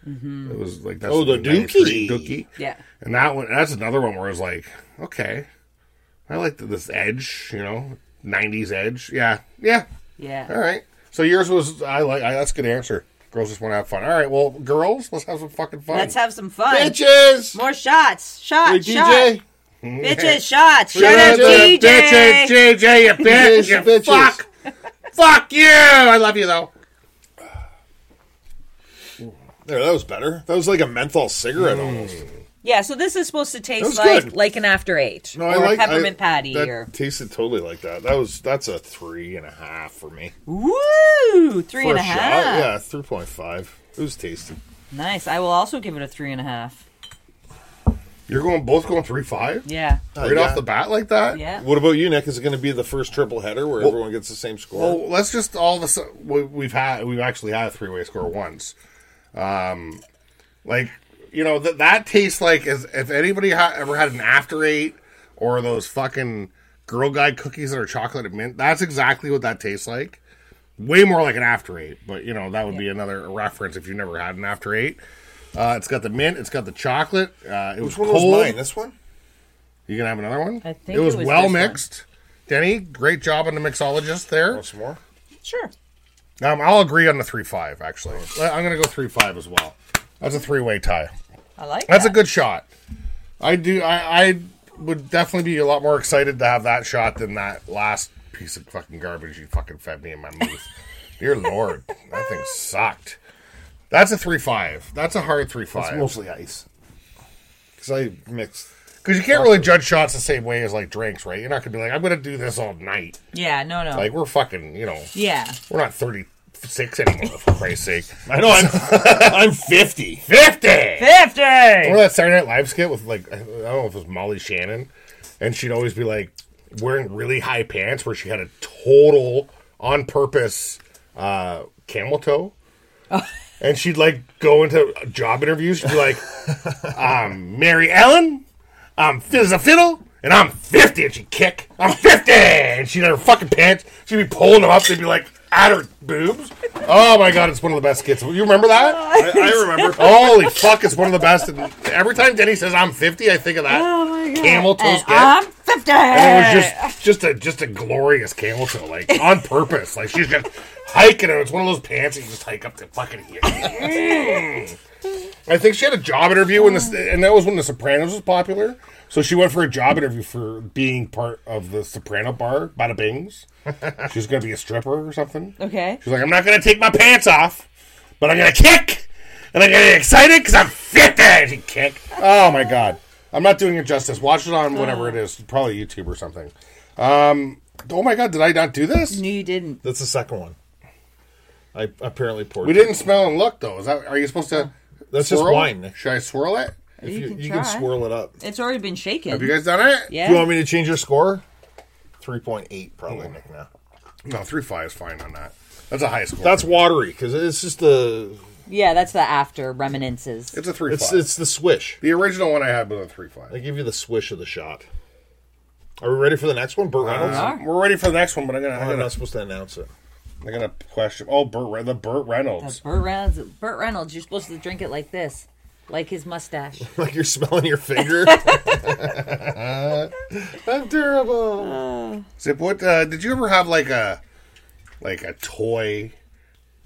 [SPEAKER 2] Mm-hmm.
[SPEAKER 1] It was like that's
[SPEAKER 3] Oh, the
[SPEAKER 1] 93
[SPEAKER 3] Dookie.
[SPEAKER 1] Dookie.
[SPEAKER 2] Yeah.
[SPEAKER 1] and that one that's another one where I was like, okay, I like this edge, you know, '90s edge. Yeah, yeah,
[SPEAKER 2] Yeah.
[SPEAKER 1] All right. So yours was I like I, that's a good answer. Girls just want to have fun. All right. Well, girls, let's have some fucking fun.
[SPEAKER 2] Let's have some fun.
[SPEAKER 3] Bitches,
[SPEAKER 2] More shots,
[SPEAKER 3] hey,
[SPEAKER 2] shots,
[SPEAKER 3] DJ,
[SPEAKER 2] shots, bitches, shots. Shut up,
[SPEAKER 1] Shut up,
[SPEAKER 2] DJ.
[SPEAKER 1] bitches, JJ, you bitch,
[SPEAKER 3] Bitches,
[SPEAKER 1] you
[SPEAKER 3] bitches.
[SPEAKER 1] fuck, fuck you. I love you though.
[SPEAKER 2] Mm.
[SPEAKER 3] there, that was better. That was like a menthol cigarette almost.
[SPEAKER 2] Yeah, so this is supposed to taste
[SPEAKER 3] was
[SPEAKER 2] like
[SPEAKER 3] good.
[SPEAKER 2] like an after eight
[SPEAKER 3] No,
[SPEAKER 2] or
[SPEAKER 3] I like
[SPEAKER 2] a peppermint
[SPEAKER 3] I,
[SPEAKER 2] patty
[SPEAKER 3] That
[SPEAKER 2] or
[SPEAKER 3] tasted totally like that. That was that's a three and a half for me.
[SPEAKER 2] woo three
[SPEAKER 3] for
[SPEAKER 2] and a
[SPEAKER 3] a shot,
[SPEAKER 2] half.
[SPEAKER 3] yeah, three point five. It was tasty.
[SPEAKER 2] Nice. I will also give it a three and a half.
[SPEAKER 1] You're going both going three five
[SPEAKER 2] Yeah,
[SPEAKER 1] right
[SPEAKER 3] Oh, yeah.
[SPEAKER 1] off the bat like that.
[SPEAKER 2] yeah.
[SPEAKER 3] What about you, Nick? Is it going to be the first triple header where everyone gets the same score?
[SPEAKER 1] Well, let's just all of a sudden we- we've had we've actually had a three way score once. Um, like you know that that tastes like as if anybody ha- ever had an after eight or those fucking girl guide cookies that are chocolate and mint. That's exactly what that tastes like. Way more like an after eight, but you know that would be another reference if you never had an after eight. Uh, it's got the mint. It's got the chocolate. Uh, it was
[SPEAKER 3] Which one
[SPEAKER 1] cold.
[SPEAKER 3] was mine? This one.
[SPEAKER 1] You gonna have another one?
[SPEAKER 2] I think
[SPEAKER 1] it was,
[SPEAKER 2] it was
[SPEAKER 1] well
[SPEAKER 2] this one.
[SPEAKER 1] mixed. Denny, great job on the mixologist there.
[SPEAKER 3] Want some more?
[SPEAKER 2] sure.
[SPEAKER 1] Um, I'll agree on the three five. Actually, Well, I'm going to go three five as well. That's a three way tie.
[SPEAKER 2] I like
[SPEAKER 1] That's
[SPEAKER 2] that.
[SPEAKER 1] a good shot. I do. I, I would definitely be a lot more excited to have that shot than that last piece of fucking garbage you fucking fed me in my mouth. Dear Lord, that thing sucked. That's a three five. That's a hard three five.
[SPEAKER 3] Mostly ice. Because I mixed.
[SPEAKER 1] Because you can't really judge shots the same way as like drinks, right? You're not going to be like, I'm going to do this all night.
[SPEAKER 2] Yeah, no, no.
[SPEAKER 1] Like we're fucking, you know,
[SPEAKER 2] yeah,
[SPEAKER 1] we're not thirty six anymore. For Christ's sake,
[SPEAKER 3] I know I'm. I'm fifty.
[SPEAKER 1] fifty.
[SPEAKER 2] fifty. Oh
[SPEAKER 1] Remember that Saturday Night Live skit with like I don't know if it was Molly Shannon, and she'd always be like wearing really high pants where she had a total on purpose uh, camel toe, and she'd like go into job interviews. She'd be like, "I'm Mary Ellen, I'm fit as a fiddle." And I'm 50, and she'd kick. I'm 50! And she'd have her fucking pants. She'd be pulling them up. They'd be like, at her boobs. Oh my god, it's one of the best skits. You remember that?
[SPEAKER 3] I, I remember.
[SPEAKER 1] Holy fuck, it's one of the best. And every time Denny says I'm 50, I think of that
[SPEAKER 3] Oh
[SPEAKER 1] camel toe
[SPEAKER 2] And
[SPEAKER 1] skit.
[SPEAKER 2] I'm fifty.
[SPEAKER 1] and it was just just a just a glorious camel toe, like on purpose. Like she's just hiking and it's one of those pants that you just hike up to fucking here. Mm. I think she had a job interview when this and that was when the Sopranos was popular. So she went for a job interview for being part of the Soprano bar, Bada Bings. She's gonna be a stripper or something.
[SPEAKER 2] okay.
[SPEAKER 1] She's like, I'm not gonna take my pants off, but I'm gonna kick, and I'm gonna get excited because I'm 50. And she kick. Oh my god, I'm not doing it justice. Watch it on whatever it
[SPEAKER 3] Oh.
[SPEAKER 1] is, probably YouTube or something. Um, oh my god, did I not do this?
[SPEAKER 2] No, you didn't.
[SPEAKER 3] That's the second one. I apparently poured.
[SPEAKER 1] We didn't smell and look though. Is that are you supposed to?
[SPEAKER 3] That's just
[SPEAKER 1] swirl?
[SPEAKER 3] wine.
[SPEAKER 1] Should I swirl it?
[SPEAKER 3] If you,
[SPEAKER 2] You
[SPEAKER 3] you,
[SPEAKER 2] can
[SPEAKER 3] can,
[SPEAKER 2] try.
[SPEAKER 3] swirl it up.
[SPEAKER 2] It's already been shaken.
[SPEAKER 1] Have you guys done it?
[SPEAKER 2] yeah.
[SPEAKER 3] Do you want me to change your score? Three point eight, probably, Nick. Now
[SPEAKER 1] No, three five is fine on that. That's a high score.
[SPEAKER 3] that's watery because it's just the
[SPEAKER 2] yeah, that's the after reminiscences.
[SPEAKER 1] it's a three
[SPEAKER 3] it's
[SPEAKER 1] five.
[SPEAKER 3] it's the swish.
[SPEAKER 1] the original one I had was a three five.
[SPEAKER 3] They give you the swish of the shot. Are we ready for the next one, Burt Reynolds?
[SPEAKER 2] Uh-huh.
[SPEAKER 1] We're ready for the next one, but I'm gonna
[SPEAKER 3] Oh,
[SPEAKER 1] I'm
[SPEAKER 3] I'm
[SPEAKER 1] gonna,
[SPEAKER 3] not supposed to announce it.
[SPEAKER 1] I'm gonna question. Oh, Burt Re- the Burt Reynolds.
[SPEAKER 2] That's Burt Reynolds. Burt Reynolds. You're supposed to drink it like this, like his mustache.
[SPEAKER 3] Like you're smelling your finger. I'm terrible.
[SPEAKER 1] Zip, what uh, did you ever have like a like a toy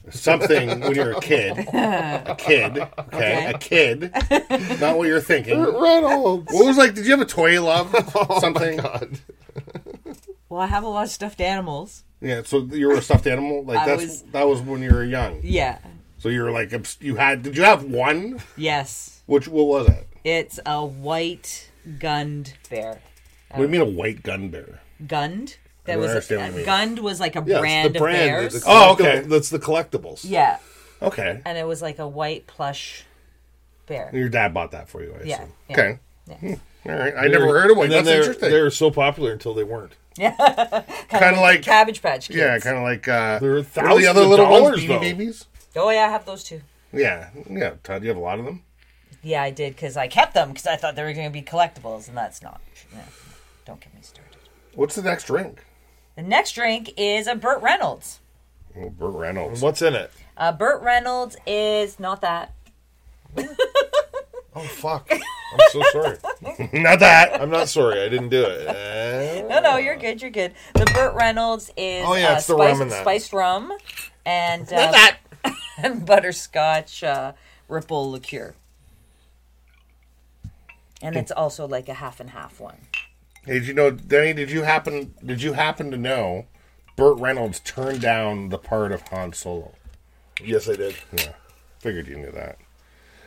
[SPEAKER 1] something when you were a kid? A kid, okay,
[SPEAKER 2] Okay.
[SPEAKER 1] a kid. Not what you're thinking.
[SPEAKER 3] Burt
[SPEAKER 1] What
[SPEAKER 3] Reynolds.
[SPEAKER 1] was like? Did you have a toy you loved?
[SPEAKER 3] Oh
[SPEAKER 1] Something?
[SPEAKER 2] Well, I have a lot of stuffed animals.
[SPEAKER 1] Yeah. So you were a stuffed animal. Like
[SPEAKER 2] I
[SPEAKER 1] that's
[SPEAKER 2] was-
[SPEAKER 1] that was when you were young.
[SPEAKER 2] Yeah.
[SPEAKER 1] So you were like obs- you had. Did you have one?
[SPEAKER 2] Yes.
[SPEAKER 1] Which what was it?
[SPEAKER 2] It's a white gunned bear.
[SPEAKER 1] What do you mean a white gun bear?
[SPEAKER 2] Gunned. That
[SPEAKER 1] don't
[SPEAKER 2] was
[SPEAKER 1] understand what you mean.
[SPEAKER 2] gunned was like a
[SPEAKER 3] Yeah,
[SPEAKER 2] brand
[SPEAKER 3] it's the
[SPEAKER 2] of
[SPEAKER 3] brand.
[SPEAKER 2] bears.
[SPEAKER 3] It's the
[SPEAKER 1] Oh, okay.
[SPEAKER 3] collectible- That's the collectibles.
[SPEAKER 2] Yeah,
[SPEAKER 1] Okay.
[SPEAKER 2] and it was like a white plush bear.
[SPEAKER 1] Your dad bought that for you. I
[SPEAKER 2] Yeah,
[SPEAKER 1] assume.
[SPEAKER 2] yeah.
[SPEAKER 1] Okay.
[SPEAKER 2] Yeah.
[SPEAKER 1] Hmm, All right. I never heard of one.
[SPEAKER 3] And
[SPEAKER 1] That's
[SPEAKER 3] then they're,
[SPEAKER 1] interesting.
[SPEAKER 3] They were so popular until they weren't.
[SPEAKER 1] Kind of like
[SPEAKER 2] Cabbage Patch Kids.
[SPEAKER 1] Yeah, kind of like uh,
[SPEAKER 3] There are
[SPEAKER 1] what are
[SPEAKER 3] thousands
[SPEAKER 1] the other
[SPEAKER 3] of
[SPEAKER 1] little
[SPEAKER 3] dollars,
[SPEAKER 1] ones, BB
[SPEAKER 3] though.
[SPEAKER 1] babies.
[SPEAKER 2] Oh yeah, I have those too.
[SPEAKER 1] Yeah, yeah. Todd, you have a lot of them.
[SPEAKER 2] Yeah, I did because I kept them because I thought they were going to be collectibles, and that's not. yeah. Don't get me started.
[SPEAKER 1] What's the next drink?
[SPEAKER 2] The next drink is a Burt Reynolds.
[SPEAKER 1] Oh, Burt Reynolds.
[SPEAKER 3] What's in it?
[SPEAKER 2] Uh, Burt Reynolds is not that.
[SPEAKER 3] Oh fuck! I'm so sorry.
[SPEAKER 1] Not that.
[SPEAKER 3] I'm not sorry. I didn't do it. Uh,
[SPEAKER 2] No, no, you're good. You're good. The Burt Reynolds is
[SPEAKER 3] Oh, yeah,
[SPEAKER 2] uh,
[SPEAKER 3] it's the rum
[SPEAKER 2] spiced,
[SPEAKER 3] in that.
[SPEAKER 2] spiced rum and uh, and butterscotch uh, ripple liqueur. And it's also like a half and half one.
[SPEAKER 1] Hey, did you know, Denny? Did you happen? Did you happen to know? Burt Reynolds turned down the part of Han Solo.
[SPEAKER 3] yes, I did.
[SPEAKER 1] Yeah, figured you knew that.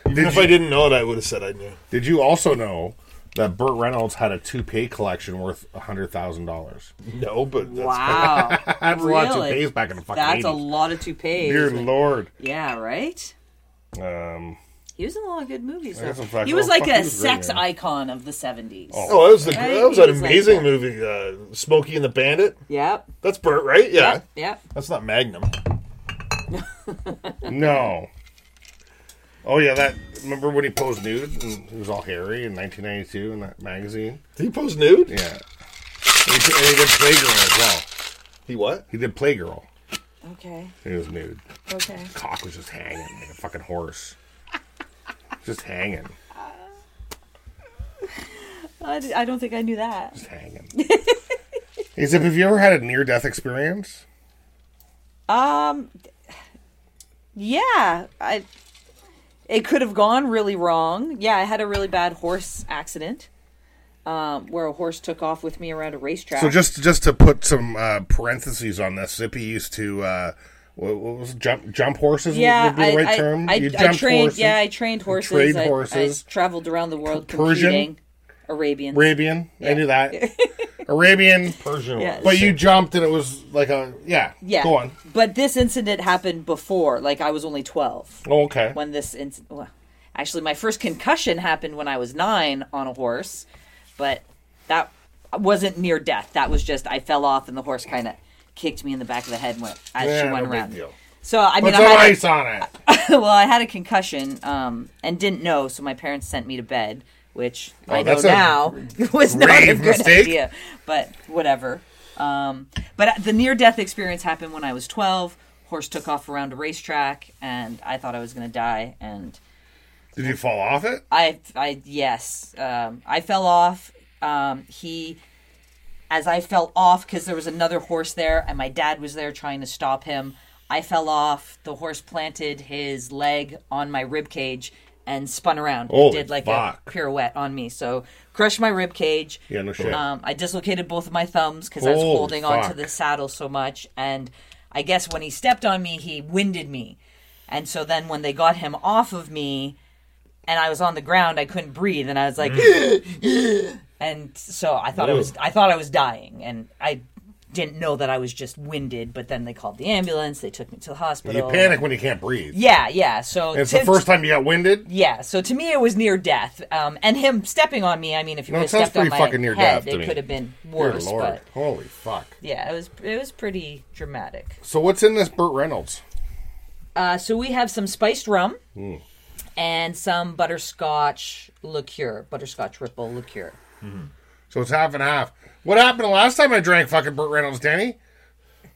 [SPEAKER 3] Even if I didn't know it, I would have said I knew.
[SPEAKER 1] Did you also know that Burt Reynolds had a toupee collection worth hundred thousand dollars?
[SPEAKER 3] No, but that's
[SPEAKER 2] Wow.
[SPEAKER 1] That's a lot of
[SPEAKER 2] Really?
[SPEAKER 1] toupees back in the fucking
[SPEAKER 2] That's a
[SPEAKER 1] 80s.
[SPEAKER 2] lot of toupees.
[SPEAKER 1] Dear lord.
[SPEAKER 2] Yeah, right?
[SPEAKER 1] Um,
[SPEAKER 2] He was in a lot of good movies,
[SPEAKER 1] That's a
[SPEAKER 2] though.
[SPEAKER 1] fact.
[SPEAKER 2] He was
[SPEAKER 1] Oh,
[SPEAKER 2] like
[SPEAKER 1] fuck,
[SPEAKER 2] a
[SPEAKER 1] he was great,
[SPEAKER 2] sex
[SPEAKER 1] man.
[SPEAKER 2] icon of the 70s.
[SPEAKER 3] Oh, that was the
[SPEAKER 2] Right?
[SPEAKER 3] that was an
[SPEAKER 2] He was like
[SPEAKER 3] amazing
[SPEAKER 2] that.
[SPEAKER 3] movie, uh, Smokey and the Bandit.
[SPEAKER 2] Yep.
[SPEAKER 3] That's Burt, right? Yeah.
[SPEAKER 2] Yep. Yep.
[SPEAKER 3] That's not Magnum.
[SPEAKER 1] no. Oh yeah, that. Remember when he posed nude and he was all hairy in 1992 in that magazine?
[SPEAKER 3] Did he pose nude?
[SPEAKER 1] Yeah. And he, and he did Playgirl as well.
[SPEAKER 3] He what?
[SPEAKER 1] He did Playgirl.
[SPEAKER 2] Okay.
[SPEAKER 1] He was nude.
[SPEAKER 2] Okay.
[SPEAKER 1] Cock was just hanging like a fucking horse. Just hanging.
[SPEAKER 2] I, d- I don't think I knew that.
[SPEAKER 1] Just hanging. He's like, have you ever had a near death experience?
[SPEAKER 2] Um, yeah, I. It could have gone really wrong. Yeah, I had a really bad horse accident, um, where a horse took off with me around a racetrack.
[SPEAKER 1] So just just to put some uh, parentheses on this, Zippy used to uh, what, what was it, jump jump horses?
[SPEAKER 2] yeah,
[SPEAKER 1] would be
[SPEAKER 2] I,
[SPEAKER 1] the right
[SPEAKER 2] I,
[SPEAKER 1] term.
[SPEAKER 2] I,
[SPEAKER 1] You
[SPEAKER 2] I
[SPEAKER 1] jumped
[SPEAKER 2] trained.
[SPEAKER 1] horses.
[SPEAKER 2] Yeah, I trained horses.
[SPEAKER 1] trained
[SPEAKER 2] I- I,
[SPEAKER 1] horses.
[SPEAKER 2] traveled around the world
[SPEAKER 1] Persian.
[SPEAKER 2] competing. Arabian.
[SPEAKER 1] Arabian. I knew that. Arabian.
[SPEAKER 3] Persian.
[SPEAKER 2] Yeah.
[SPEAKER 1] But you jumped and it was like a yeah.
[SPEAKER 2] yeah.
[SPEAKER 1] Go on.
[SPEAKER 2] But this incident happened before. Like I was only twelve.
[SPEAKER 1] Oh, okay.
[SPEAKER 2] when this incident. Well, actually, my first concussion happened when I was nine on a horse, but that wasn't near death. That was just I fell off and the horse kind of kicked me in the back of the head and went as
[SPEAKER 1] Yeah,
[SPEAKER 2] she went
[SPEAKER 1] no big
[SPEAKER 2] around.
[SPEAKER 1] deal.
[SPEAKER 2] So I mean,
[SPEAKER 1] Put
[SPEAKER 2] I
[SPEAKER 1] some
[SPEAKER 2] had,
[SPEAKER 1] ice on it.
[SPEAKER 2] well, I had a concussion um, and didn't know, so my parents sent me to bed, which I know
[SPEAKER 1] Oh, that's a
[SPEAKER 2] now was not a
[SPEAKER 1] grave
[SPEAKER 2] good
[SPEAKER 1] mistake.
[SPEAKER 2] idea. But whatever. Um, but the near-death experience happened when I was 12. Horse took off around a racetrack, and I thought I was going to die, and
[SPEAKER 1] Did you fall off it?
[SPEAKER 2] I, I, yes, um, I fell off. Um, he, as I fell off, because there was another horse there, and my dad was there trying to stop him. I fell off. The horse planted his leg on my rib cage and spun around.
[SPEAKER 1] Holy
[SPEAKER 2] did like a
[SPEAKER 1] fuck.
[SPEAKER 2] pirouette on me, so crushed my rib cage.
[SPEAKER 1] Yeah, no shit.
[SPEAKER 2] Um, I dislocated both of my thumbs because I was
[SPEAKER 1] Holy
[SPEAKER 2] holding onto
[SPEAKER 1] fuck.
[SPEAKER 2] the saddle so much, and I guess when he stepped on me, he winded me, and so then when they got him off of me, and I was on the ground, I couldn't breathe, and I was like,
[SPEAKER 1] Mm.
[SPEAKER 2] and so I thought I was, I thought I was dying, and I didn't know that I was just winded. But then they called the ambulance, they took me to the
[SPEAKER 1] you
[SPEAKER 2] hospital.
[SPEAKER 1] panic when you can't breathe.
[SPEAKER 2] Oh. Yeah, yeah. So
[SPEAKER 1] It's the
[SPEAKER 2] Tim-
[SPEAKER 1] first time you got winded.
[SPEAKER 2] yeah, so to me it was near death. Um, and him stepping on me, I mean, if you
[SPEAKER 1] No,
[SPEAKER 2] would
[SPEAKER 1] it
[SPEAKER 2] have
[SPEAKER 1] sounds
[SPEAKER 2] stepped on
[SPEAKER 1] pretty
[SPEAKER 2] my
[SPEAKER 1] fucking near death
[SPEAKER 2] head,
[SPEAKER 1] to
[SPEAKER 2] it
[SPEAKER 1] me.
[SPEAKER 2] could have been
[SPEAKER 1] Dear
[SPEAKER 2] worse.
[SPEAKER 1] lord.
[SPEAKER 2] But
[SPEAKER 1] Holy fuck.
[SPEAKER 2] yeah, it was it was pretty dramatic.
[SPEAKER 1] So what's in this Burt Reynolds?
[SPEAKER 2] Uh, so we have some spiced rum
[SPEAKER 1] Mm.
[SPEAKER 2] and some butterscotch liqueur, butterscotch ripple liqueur.
[SPEAKER 1] So it's half and half. What happened the last time I drank fucking Burt Reynolds, Danny?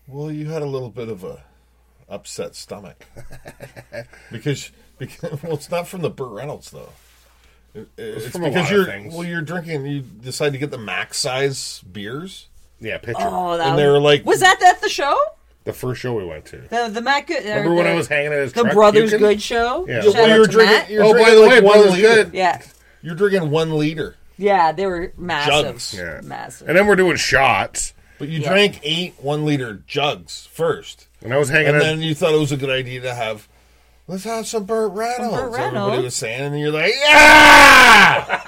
[SPEAKER 3] Well, you had a little bit of a upset stomach because because well, it's not from the Burt Reynolds though. It- it's
[SPEAKER 1] from a lot
[SPEAKER 3] because
[SPEAKER 1] of
[SPEAKER 3] you're
[SPEAKER 1] things.
[SPEAKER 3] well, you're drinking. You decide to get the max size beers.
[SPEAKER 1] Yeah, picture.
[SPEAKER 2] Oh, that
[SPEAKER 3] And
[SPEAKER 2] was,
[SPEAKER 3] they were like-
[SPEAKER 2] was that at the show?
[SPEAKER 1] The first show we went to.
[SPEAKER 2] The the Matt Good. or
[SPEAKER 1] Remember when
[SPEAKER 2] the-
[SPEAKER 1] I was hanging at his
[SPEAKER 2] the
[SPEAKER 1] truck
[SPEAKER 2] Brothers
[SPEAKER 1] puking?
[SPEAKER 2] Good show?
[SPEAKER 1] Yeah.
[SPEAKER 2] Shout
[SPEAKER 1] Well,
[SPEAKER 2] out
[SPEAKER 3] you're
[SPEAKER 2] to
[SPEAKER 3] drinking-
[SPEAKER 2] Matt.
[SPEAKER 3] you're-
[SPEAKER 1] Oh, by
[SPEAKER 3] drinking
[SPEAKER 1] the
[SPEAKER 3] like
[SPEAKER 1] way,
[SPEAKER 3] one
[SPEAKER 1] Brothers
[SPEAKER 3] liter.
[SPEAKER 1] Good.
[SPEAKER 2] Yeah,
[SPEAKER 3] You're drinking one liter,
[SPEAKER 2] yeah, they were massive,
[SPEAKER 3] Jugs.
[SPEAKER 1] Yeah.
[SPEAKER 2] massive.
[SPEAKER 1] And then we're doing shots.
[SPEAKER 3] but you
[SPEAKER 2] Yeah.
[SPEAKER 3] drank eight one liter jugs first,
[SPEAKER 1] And I was hanging
[SPEAKER 3] and
[SPEAKER 1] at
[SPEAKER 3] then you thought it was a good idea to have. Let's have some Burt Reynolds. Everybody
[SPEAKER 2] Reynolds.
[SPEAKER 3] was saying, and you're like, yeah,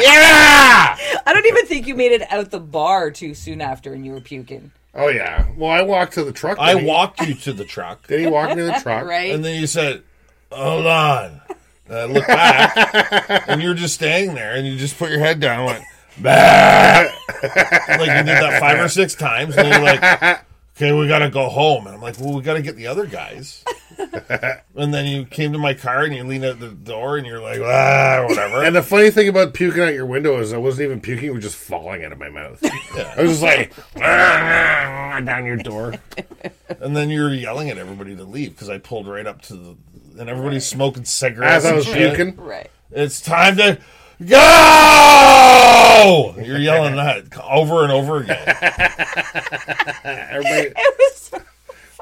[SPEAKER 3] yeah.
[SPEAKER 2] I don't even think you made it out the bar too soon after, and you were puking.
[SPEAKER 1] Oh yeah. Well I walked to the truck.
[SPEAKER 3] I
[SPEAKER 1] Then he-
[SPEAKER 3] walked you to the truck.
[SPEAKER 1] Then he walked me to the truck.
[SPEAKER 2] Right?
[SPEAKER 3] And then you said, "Hold on." And I looked back, and you're just staying there, and you just put your head down and went, "Bah!" like you did that five or six times. And you're like, "Okay, we gotta go home." And I'm like, "Well, we gotta get the other guys." and then you came to my car, and you leaned out the door, and you're like, "Ah, whatever."
[SPEAKER 1] And the funny thing about puking out your window is I wasn't even puking, it was just falling out of my mouth. I was just like "Ah," down your door.
[SPEAKER 3] And then you're yelling at everybody to leave because I pulled right up to the, and everybody's smoking
[SPEAKER 1] As
[SPEAKER 3] cigarettes.
[SPEAKER 1] I
[SPEAKER 3] and
[SPEAKER 1] was
[SPEAKER 3] shit.
[SPEAKER 1] puking.
[SPEAKER 2] Right.
[SPEAKER 3] It's time to go. You're yelling that over and over again.
[SPEAKER 1] Everybody
[SPEAKER 2] It was.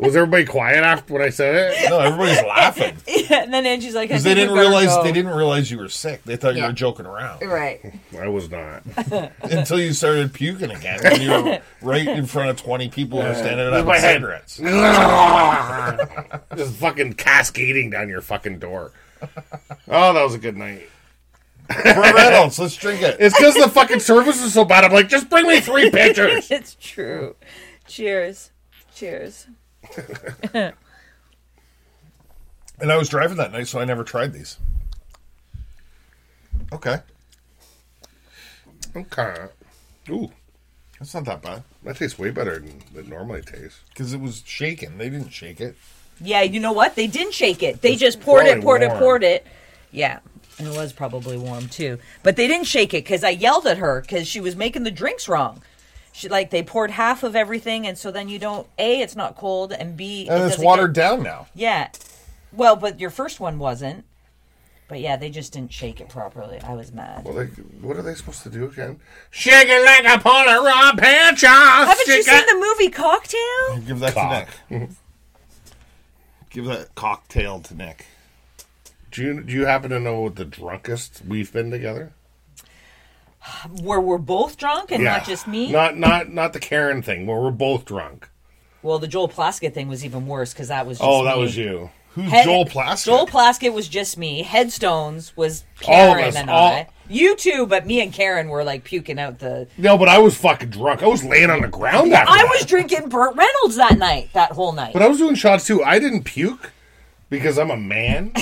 [SPEAKER 1] was everybody quiet after when I said it?
[SPEAKER 3] No, everybody's laughing
[SPEAKER 2] Yeah, and then Angie's like, I
[SPEAKER 3] because they
[SPEAKER 2] think we
[SPEAKER 3] didn't
[SPEAKER 2] better
[SPEAKER 3] realize
[SPEAKER 2] go.
[SPEAKER 3] they didn't realize you were sick. They thought you
[SPEAKER 2] Yeah.
[SPEAKER 3] were joking around
[SPEAKER 2] Right.
[SPEAKER 1] I was not.
[SPEAKER 3] until you started puking again. When you were right in front of twenty people who were standing up
[SPEAKER 1] my
[SPEAKER 3] with
[SPEAKER 1] head.
[SPEAKER 3] cigarettes.
[SPEAKER 1] just fucking cascading down your fucking door. Oh, that was a good night.
[SPEAKER 3] Burt Reynolds, let's drink it.
[SPEAKER 1] It's because the fucking service is so bad. I'm like, just bring me three pitchers.
[SPEAKER 2] It's true.
[SPEAKER 4] Cheers. Cheers.
[SPEAKER 3] And I was driving that night, so I never tried these. Okay,
[SPEAKER 1] okay. Ooh,
[SPEAKER 3] that's not that bad
[SPEAKER 1] that tastes way better than it normally tastes.
[SPEAKER 3] because it was shaken. They didn't shake it.
[SPEAKER 4] Yeah, you know what? They didn't shake it. They just poured it,
[SPEAKER 1] probably
[SPEAKER 4] poured it,
[SPEAKER 3] warm.
[SPEAKER 4] poured it.
[SPEAKER 2] Yeah. And it was probably warm too. But they didn't shake it because I yelled at her because she was making the drinks wrong. She like they poured half of everything, and so then you don't a it's not cold, and b
[SPEAKER 3] And
[SPEAKER 2] it
[SPEAKER 3] it's
[SPEAKER 2] doesn't
[SPEAKER 3] watered
[SPEAKER 2] get-
[SPEAKER 3] down now.
[SPEAKER 2] Yeah. Well, but your first one wasn't. But yeah, they just didn't shake it properly. I was mad.
[SPEAKER 1] Well, they, what are they supposed to do again? Shake it like a Polaroid picture. Haven't
[SPEAKER 2] Haven't you seen the movie Cocktail?
[SPEAKER 3] Give that
[SPEAKER 1] Cock.
[SPEAKER 3] to Nick. Give that cocktail to Nick.
[SPEAKER 1] Do you, do you happen to know what the drunkest we've been together?
[SPEAKER 2] Where we're both drunk and
[SPEAKER 1] Yeah.
[SPEAKER 2] not just me?
[SPEAKER 1] Not not not the Karen thing where we're both drunk.
[SPEAKER 2] well, the Joel Plaskett thing was even worse because that was just
[SPEAKER 1] oh, that
[SPEAKER 2] me.
[SPEAKER 1] was you.
[SPEAKER 3] Who's
[SPEAKER 2] Head-
[SPEAKER 3] Joel Plaskett?
[SPEAKER 2] Joel Plaskett was just me. Headstones was Karen
[SPEAKER 1] All of us,
[SPEAKER 2] and
[SPEAKER 1] all-
[SPEAKER 2] I. You too, but me and Karen were like puking out the.
[SPEAKER 1] No, but I was fucking drunk. I was laying on the ground after
[SPEAKER 2] I
[SPEAKER 1] that.
[SPEAKER 2] was drinking Burt Reynolds that night, that whole night.
[SPEAKER 1] But I was doing shots too. I didn't puke because I'm a man.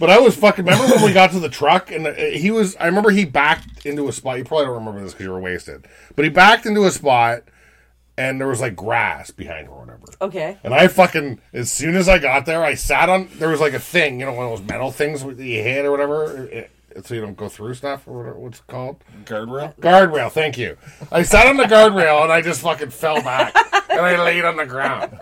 [SPEAKER 1] but I was fucking. Remember when we got to the truck and uh, he was? I remember he backed into a spot. You probably don't remember this because you were wasted. But he backed into a spot and there was like grass behind or whatever.
[SPEAKER 2] Okay.
[SPEAKER 1] And I fucking as soon as I got there, I sat on. There was like a thing, you know, one of those metal things that you hit or whatever, it- it- so you don't go through stuff or whatever, what's it called
[SPEAKER 3] Guardrail?
[SPEAKER 1] guardrail. Thank you. I sat on the guardrail and I just fucking fell back and I laid on the ground.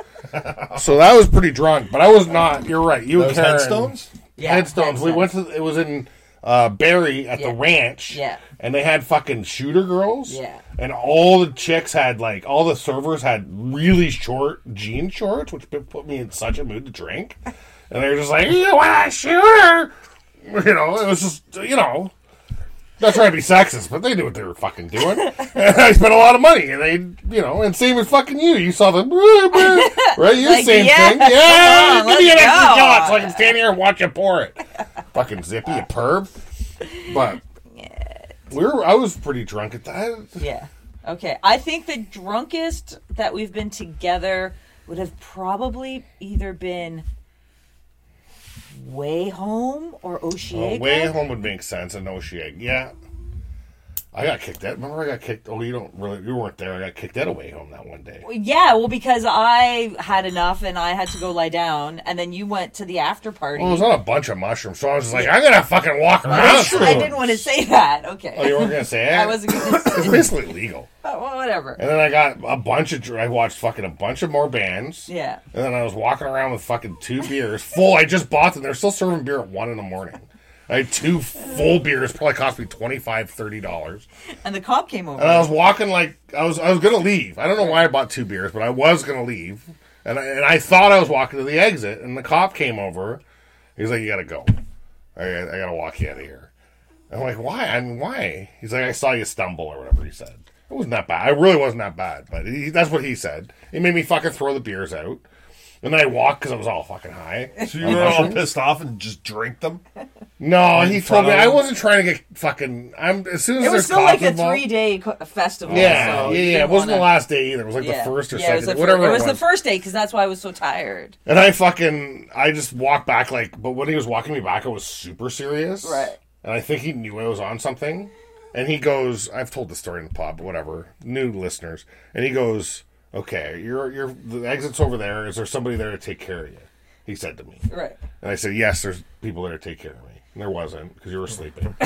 [SPEAKER 1] So that was pretty drunk, but I was not. You're right. You
[SPEAKER 3] Those
[SPEAKER 1] and Karen,
[SPEAKER 3] headstones?
[SPEAKER 2] Yeah,
[SPEAKER 1] headstones. We went to. It was in uh, Barry at
[SPEAKER 2] Yeah.
[SPEAKER 1] the ranch.
[SPEAKER 2] Yeah.
[SPEAKER 1] And they had fucking shooter girls.
[SPEAKER 2] Yeah.
[SPEAKER 1] And all the chicks had like all the servers had really short jean shorts, which put put me in such a mood to drink. And they were just like, "You want a shooter?" You know, it was just you know. Not trying to be sexist, but they knew what they were fucking doing. and I spent a lot of money, and they, you know, and same with fucking you. You saw the right, you the
[SPEAKER 2] Like,
[SPEAKER 1] same
[SPEAKER 2] yeah,
[SPEAKER 1] thing, yeah.
[SPEAKER 2] come
[SPEAKER 1] Give
[SPEAKER 2] on,
[SPEAKER 1] me an
[SPEAKER 2] let's
[SPEAKER 1] extra
[SPEAKER 2] go.
[SPEAKER 1] shot so I can stand here and watch you pour it. fucking zippy, you perv. But we were, I was pretty drunk at that.
[SPEAKER 2] Yeah. Okay. I think the drunkest that we've been together would have probably either been Way Home or
[SPEAKER 1] Well,
[SPEAKER 2] Oceaga.
[SPEAKER 1] Oh, way home would make sense, and no shit, yeah. I got kicked out. Remember, I got kicked. Oh, you don't really, you weren't there. I got kicked out of way home that one day.
[SPEAKER 2] yeah, well, because I had enough and I had to go lie down, and then you went to the after party.
[SPEAKER 1] Well, it was on a bunch of mushrooms, so I was just like, I'm gonna fucking walk around.
[SPEAKER 2] I didn't want to say that. Okay.
[SPEAKER 1] Oh, you weren't gonna say it?
[SPEAKER 2] I wasn't gonna say
[SPEAKER 1] It's basically legal.
[SPEAKER 2] but well, whatever.
[SPEAKER 1] And then I got a bunch of. dr- I watched fucking a bunch of more bands.
[SPEAKER 2] Yeah.
[SPEAKER 1] And then I was walking around with fucking two beers full. I just bought them. They're still serving beer at one in the morning. I had two full beers, probably cost me $25, $30.
[SPEAKER 2] And the cop came over.
[SPEAKER 1] And I was walking like I was I was gonna leave. I don't know why I bought two beers, but I was gonna leave. And I, and I thought I was walking to the exit, and the cop came over. He's like, "You gotta go. I, I gotta walk you out of here." I'm like, "Why? I mean, why?" He's like, "I saw you stumble or whatever." He said it wasn't that bad. I really wasn't that bad, but he, that's what he said. He made me fucking throw the beers out, and then I walked because I was all fucking high.
[SPEAKER 3] So you were all pissed off and just drank them?
[SPEAKER 1] No, he told
[SPEAKER 3] front
[SPEAKER 1] me
[SPEAKER 3] of
[SPEAKER 1] I
[SPEAKER 3] him.
[SPEAKER 1] wasn't trying to get fucking. I'm as soon as
[SPEAKER 2] it was
[SPEAKER 1] there's
[SPEAKER 2] still like
[SPEAKER 1] cops
[SPEAKER 2] a
[SPEAKER 1] involved-
[SPEAKER 2] three day festival.
[SPEAKER 1] Yeah, yeah,
[SPEAKER 2] so you
[SPEAKER 1] yeah. It
[SPEAKER 2] didn't
[SPEAKER 1] wasn't the
[SPEAKER 2] wanna-
[SPEAKER 1] last day either. It was like the first or
[SPEAKER 2] Yeah, it
[SPEAKER 1] second,
[SPEAKER 2] was the fir-
[SPEAKER 1] whatever
[SPEAKER 2] it was,
[SPEAKER 1] it
[SPEAKER 2] the
[SPEAKER 1] was.
[SPEAKER 2] first day because that's why I was so tired.
[SPEAKER 1] and I fucking, I just walked back like, but when he was walking me back, I was super serious.
[SPEAKER 2] Right.
[SPEAKER 1] And I think he knew I was on something. And he goes, I've told the story in the pub, but whatever, new listeners. And he goes, okay, you're, you're, the exit's over there. Is there somebody there to take care of you? He said to me.
[SPEAKER 2] Right.
[SPEAKER 1] And I said, yes, there's people there to take care of me. And there wasn't because you were sleeping.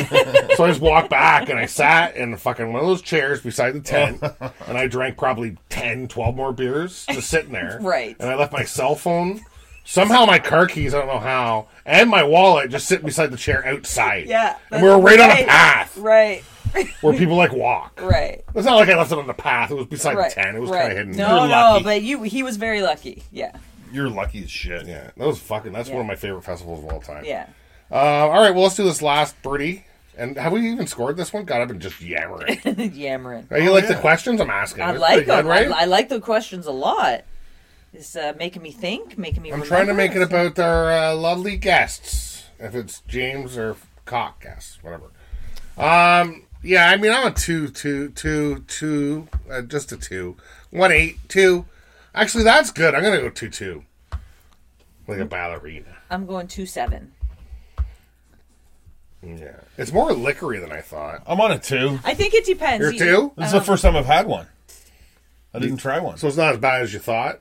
[SPEAKER 1] so I just walked back and I sat in fucking one of those chairs beside the tent. and I drank probably 10, 12 more beers just sitting there.
[SPEAKER 2] Right.
[SPEAKER 1] And I left my cell phone, somehow my car keys, I don't know how, and my wallet just sitting beside the chair outside.
[SPEAKER 2] Yeah,
[SPEAKER 1] And we were right on a
[SPEAKER 2] right.
[SPEAKER 1] path
[SPEAKER 2] Right.
[SPEAKER 1] where people like walk.
[SPEAKER 2] Right.
[SPEAKER 1] It's not like I left it on the path. It was beside
[SPEAKER 2] Right.
[SPEAKER 1] the tent. It was
[SPEAKER 2] right.
[SPEAKER 1] kind of hidden.
[SPEAKER 2] No,
[SPEAKER 3] You're
[SPEAKER 2] no,
[SPEAKER 3] lucky.
[SPEAKER 2] but you he was very lucky. Yeah.
[SPEAKER 3] You're lucky as shit.
[SPEAKER 1] Yeah, that was fucking. That's
[SPEAKER 2] Yeah.
[SPEAKER 1] one of my favorite festivals of all time.
[SPEAKER 2] Yeah.
[SPEAKER 1] Uh, all right, well, let's do this last birdie. And have we even scored this one? God, I've been just yammering.
[SPEAKER 2] Yammering.
[SPEAKER 1] Are you like the questions I'm asking?
[SPEAKER 2] Oh, I
[SPEAKER 1] They're
[SPEAKER 2] like
[SPEAKER 1] pretty good,
[SPEAKER 2] them.
[SPEAKER 1] right?
[SPEAKER 2] I, I like the questions a lot. It's uh, making me think, making me.
[SPEAKER 1] I'm trying to
[SPEAKER 2] remember.
[SPEAKER 1] make it about our uh, lovely guests If it's James or cock guess, whatever. Um, yeah, I mean, I'm a two, two, two, two, uh, just a two, one eight, two. Actually, that's good. I'm gonna go two, two, like a ballerina.
[SPEAKER 2] I'm going two seven.
[SPEAKER 1] Yeah, it's more liquory than I thought.
[SPEAKER 3] I'm on a two.
[SPEAKER 2] I think it depends.
[SPEAKER 1] You're
[SPEAKER 2] You- uh,
[SPEAKER 1] two,
[SPEAKER 3] This is the first time I've had one. I didn't try one
[SPEAKER 1] so it's not as bad as you thought.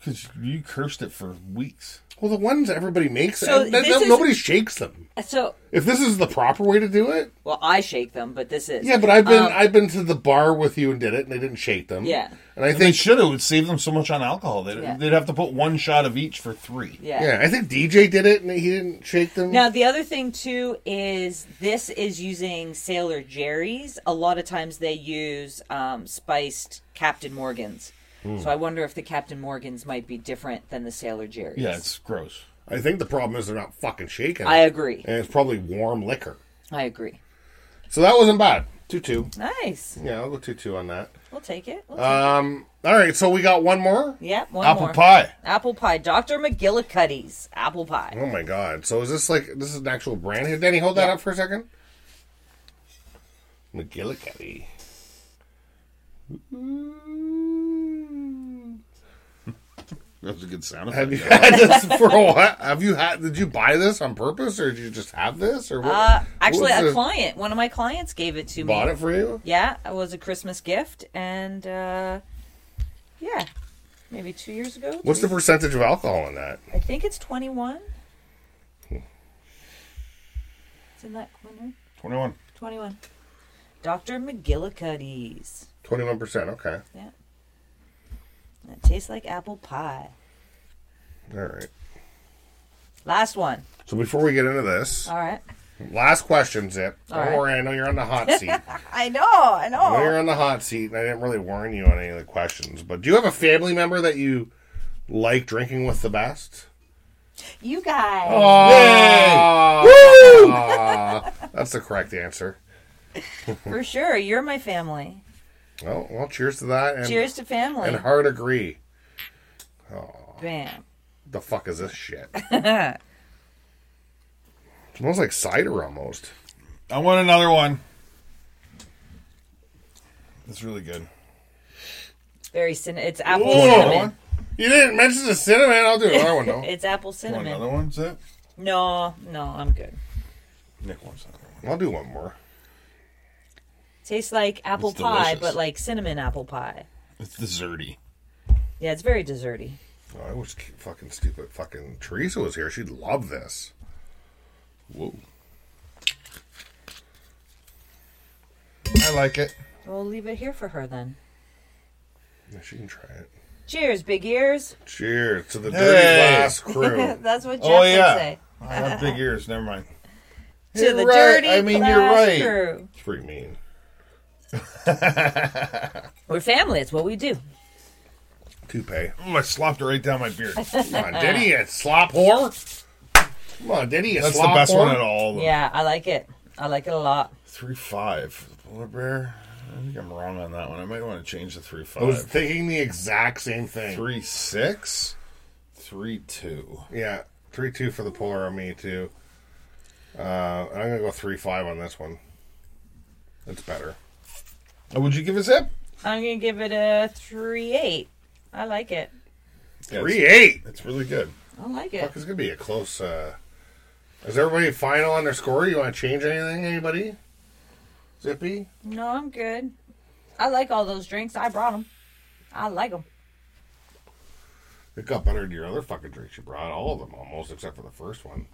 [SPEAKER 3] because you cursed it for weeks.
[SPEAKER 1] Well, the ones everybody makes,
[SPEAKER 2] So
[SPEAKER 1] and, and
[SPEAKER 2] this is-
[SPEAKER 1] nobody shakes them.
[SPEAKER 2] So,
[SPEAKER 1] If this is the proper way to do it,
[SPEAKER 2] well, I shake them, but this is
[SPEAKER 1] yeah. But I've been I've been to the bar with you and did it, and they didn't shake them.
[SPEAKER 2] Um, Yeah.
[SPEAKER 1] and I
[SPEAKER 3] If they
[SPEAKER 1] think
[SPEAKER 3] should, it would save them so much on alcohol. They'd,
[SPEAKER 2] Yeah.
[SPEAKER 3] they'd have to put one shot of each for three.
[SPEAKER 2] yeah.
[SPEAKER 1] yeah, I think DJ did it, and he didn't shake them.
[SPEAKER 2] Now the other thing too is this is using Sailor Jerry's. A lot of times they use um, spiced Captain Morgans. So I wonder if the Captain Morgans might be different than the Sailor Jerry's.
[SPEAKER 3] Yeah, it's gross.
[SPEAKER 1] I think the problem is they're not fucking shaking.
[SPEAKER 2] I
[SPEAKER 1] it.
[SPEAKER 2] agree.
[SPEAKER 1] And it's probably warm liquor.
[SPEAKER 2] I agree.
[SPEAKER 1] So that wasn't bad. 2 2.
[SPEAKER 2] Nice.
[SPEAKER 1] Yeah, I'll go 2 2 on that.
[SPEAKER 2] We'll take it. We'll
[SPEAKER 1] Um, all right, so we got one more?
[SPEAKER 2] take- yeah, one
[SPEAKER 3] Apple
[SPEAKER 2] more.
[SPEAKER 3] pie.
[SPEAKER 2] Apple pie. Dr. McGillicuddy's apple pie.
[SPEAKER 1] Oh my god. So is this like, this is an actual brand here? Danny, hold that up for a second. McGillicuddy.
[SPEAKER 3] That was a good sound
[SPEAKER 1] Have you had this for a while? Have you had, did you buy this on purpose or did you just have this? Or what?
[SPEAKER 2] Uh, actually,
[SPEAKER 1] what was
[SPEAKER 2] a
[SPEAKER 1] this?
[SPEAKER 2] client, one of my clients, gave it to me.
[SPEAKER 1] bought it for you?
[SPEAKER 2] Yeah, it was a Christmas gift, and uh, yeah, maybe two years ago.
[SPEAKER 1] What's the
[SPEAKER 2] three-
[SPEAKER 1] percentage of alcohol in that?
[SPEAKER 2] I think it's twenty-one. It's in that corner.
[SPEAKER 3] Twenty-one.
[SPEAKER 2] Twenty-one. Doctor McGillicuddy's.
[SPEAKER 1] 21%. Okay.
[SPEAKER 2] Yeah. It tastes like apple pie.
[SPEAKER 1] All right.
[SPEAKER 2] Last one.
[SPEAKER 1] So before we get into this,
[SPEAKER 2] All right.
[SPEAKER 1] Last question, Zip. Don't
[SPEAKER 2] All right.
[SPEAKER 1] worry, I know you're on the hot seat. I
[SPEAKER 2] I know. I
[SPEAKER 1] know
[SPEAKER 2] know.
[SPEAKER 1] you're on the hot seat, and I didn't really warn you on any of the questions. But do you have a family member that you like drinking with the best?
[SPEAKER 2] You guys.
[SPEAKER 1] Yay! Woo! Ah, that's the correct answer.
[SPEAKER 2] For sure. You're my family.
[SPEAKER 1] Well, well, cheers to that, and
[SPEAKER 2] Cheers to family.
[SPEAKER 1] and hard agree.
[SPEAKER 2] Bam.
[SPEAKER 1] The fuck is this shit? Smells like cider almost.
[SPEAKER 3] I want another one. That's really good.
[SPEAKER 2] Very cin- It's apple
[SPEAKER 1] Ooh.
[SPEAKER 3] Another
[SPEAKER 2] cinnamon.
[SPEAKER 3] one?
[SPEAKER 1] You didn't mention the cinnamon. I'll do another one though.
[SPEAKER 2] It's apple
[SPEAKER 3] Want
[SPEAKER 2] cinnamon.
[SPEAKER 3] another one? Zip.
[SPEAKER 2] No, no, I'm good.
[SPEAKER 3] Nick wants another one.
[SPEAKER 1] I'll do one more.
[SPEAKER 2] Tastes like apple
[SPEAKER 3] It's
[SPEAKER 2] pie,
[SPEAKER 3] delicious.
[SPEAKER 2] but like cinnamon apple pie.
[SPEAKER 3] It's desserty.
[SPEAKER 2] Yeah, it's very desserty.
[SPEAKER 1] Oh, I wish fucking stupid fucking Teresa was here. She'd love this.
[SPEAKER 3] Whoa.
[SPEAKER 1] I like it.
[SPEAKER 2] We'll leave it here for her then.
[SPEAKER 1] Yeah, she can try it.
[SPEAKER 2] Cheers, big ears.
[SPEAKER 1] Cheers to the Dirty
[SPEAKER 3] Hey.
[SPEAKER 1] Glass crew.
[SPEAKER 2] That's what Jeff
[SPEAKER 3] Oh
[SPEAKER 2] would
[SPEAKER 3] yeah.
[SPEAKER 2] say.
[SPEAKER 3] I
[SPEAKER 2] Uh-huh.
[SPEAKER 3] have big ears. Never mind.
[SPEAKER 2] To
[SPEAKER 3] You're
[SPEAKER 2] the
[SPEAKER 3] right.
[SPEAKER 2] dirty
[SPEAKER 3] I mean, you're
[SPEAKER 2] class
[SPEAKER 3] right.
[SPEAKER 2] crew.
[SPEAKER 1] It's pretty mean.
[SPEAKER 2] We're family. It's what we do.
[SPEAKER 1] Toupee.
[SPEAKER 3] Ooh, I slopped it right down my beard. That's
[SPEAKER 1] Come on, Diddy, you slop whore. Come on, Diddy, you
[SPEAKER 3] the
[SPEAKER 1] slop
[SPEAKER 3] best
[SPEAKER 1] whore.
[SPEAKER 3] one at all. though.
[SPEAKER 2] Yeah, I like it. I like it a lot.
[SPEAKER 3] Three five. Polar bear. I think I'm wrong on that one. I might want to change the three
[SPEAKER 1] I was
[SPEAKER 3] five.
[SPEAKER 1] thinking the exact same thing.
[SPEAKER 3] Three six. Three two.
[SPEAKER 1] Yeah, three two for the polar on me too. Uh, I'm gonna go three five on this one. That's better.
[SPEAKER 3] Oh, would you give a zip?
[SPEAKER 2] I'm gonna give it a three eight. I like it.
[SPEAKER 3] Yeah,
[SPEAKER 1] Three
[SPEAKER 3] It's,
[SPEAKER 1] eight.
[SPEAKER 3] it's really good.
[SPEAKER 2] I like it.
[SPEAKER 1] Fuck, it's gonna be a close. Uh, is everybody final on their score? You want to change anything? Anybody? Zippy.
[SPEAKER 2] No, I'm good. I like all those drinks. I brought them. I like them.
[SPEAKER 1] It got better than your other fucking drinks you brought. All of them almost, except for the first one.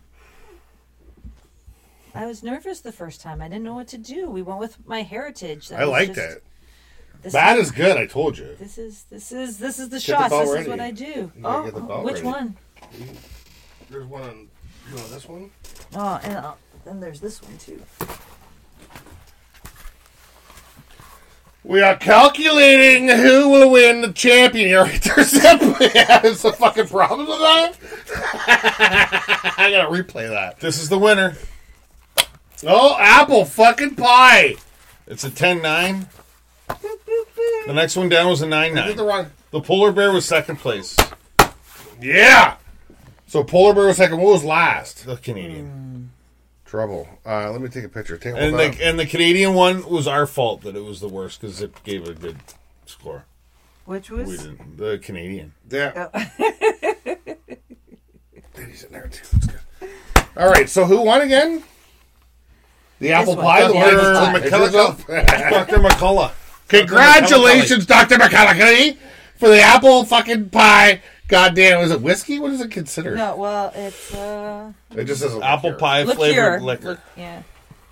[SPEAKER 2] I was nervous the first time. I didn't know what to do. We went with my heritage. That
[SPEAKER 1] I
[SPEAKER 2] was
[SPEAKER 1] liked
[SPEAKER 2] just-
[SPEAKER 1] it.
[SPEAKER 2] This
[SPEAKER 1] That is good. I told you.
[SPEAKER 2] This is this is this is the
[SPEAKER 1] the
[SPEAKER 2] shots.
[SPEAKER 1] ball
[SPEAKER 2] This is
[SPEAKER 1] ready.
[SPEAKER 2] what I do.
[SPEAKER 1] You gotta
[SPEAKER 2] Oh,
[SPEAKER 1] get the ball
[SPEAKER 2] which
[SPEAKER 1] ready.
[SPEAKER 2] one?
[SPEAKER 1] There's one on. You want this one?
[SPEAKER 2] Oh, and uh, then there's this one too.
[SPEAKER 1] We are calculating who will win the champion. You're right there, Zip. Yeah, it's the fucking problem with that. I gotta replay that.
[SPEAKER 3] This is the winner.
[SPEAKER 1] Oh, apple fucking pie.
[SPEAKER 3] It's a 10-9. The next one down was a
[SPEAKER 1] Did
[SPEAKER 3] 9-9.
[SPEAKER 1] the wrong.
[SPEAKER 3] The polar bear was second place.
[SPEAKER 1] Yeah. So polar bear was second. What was last?
[SPEAKER 3] The Canadian.
[SPEAKER 1] Trouble. Uh, let me take a picture. Take
[SPEAKER 3] And
[SPEAKER 1] and
[SPEAKER 3] the, and the Canadian one was our fault that it was the worst because it gave a good score.
[SPEAKER 2] Which
[SPEAKER 3] We
[SPEAKER 2] was
[SPEAKER 3] didn't. The Canadian.
[SPEAKER 1] yeah.
[SPEAKER 2] Oh.
[SPEAKER 1] He's in there too. That's good. All right. So who won again? The apple
[SPEAKER 2] one.
[SPEAKER 1] pie. The
[SPEAKER 2] The
[SPEAKER 1] winner.
[SPEAKER 2] apple
[SPEAKER 1] is
[SPEAKER 3] pie.
[SPEAKER 1] Elizabeth.
[SPEAKER 3] Dr. McCullough.
[SPEAKER 1] Congratulations, Dr. McCullough, for the apple fucking pie. Goddamn, is it whiskey? What is it considered?
[SPEAKER 2] no. Well, it's uh,
[SPEAKER 1] It just says
[SPEAKER 3] Apple
[SPEAKER 1] liquor.
[SPEAKER 3] pie
[SPEAKER 2] Liqueur.
[SPEAKER 3] flavored liquor.
[SPEAKER 2] yeah,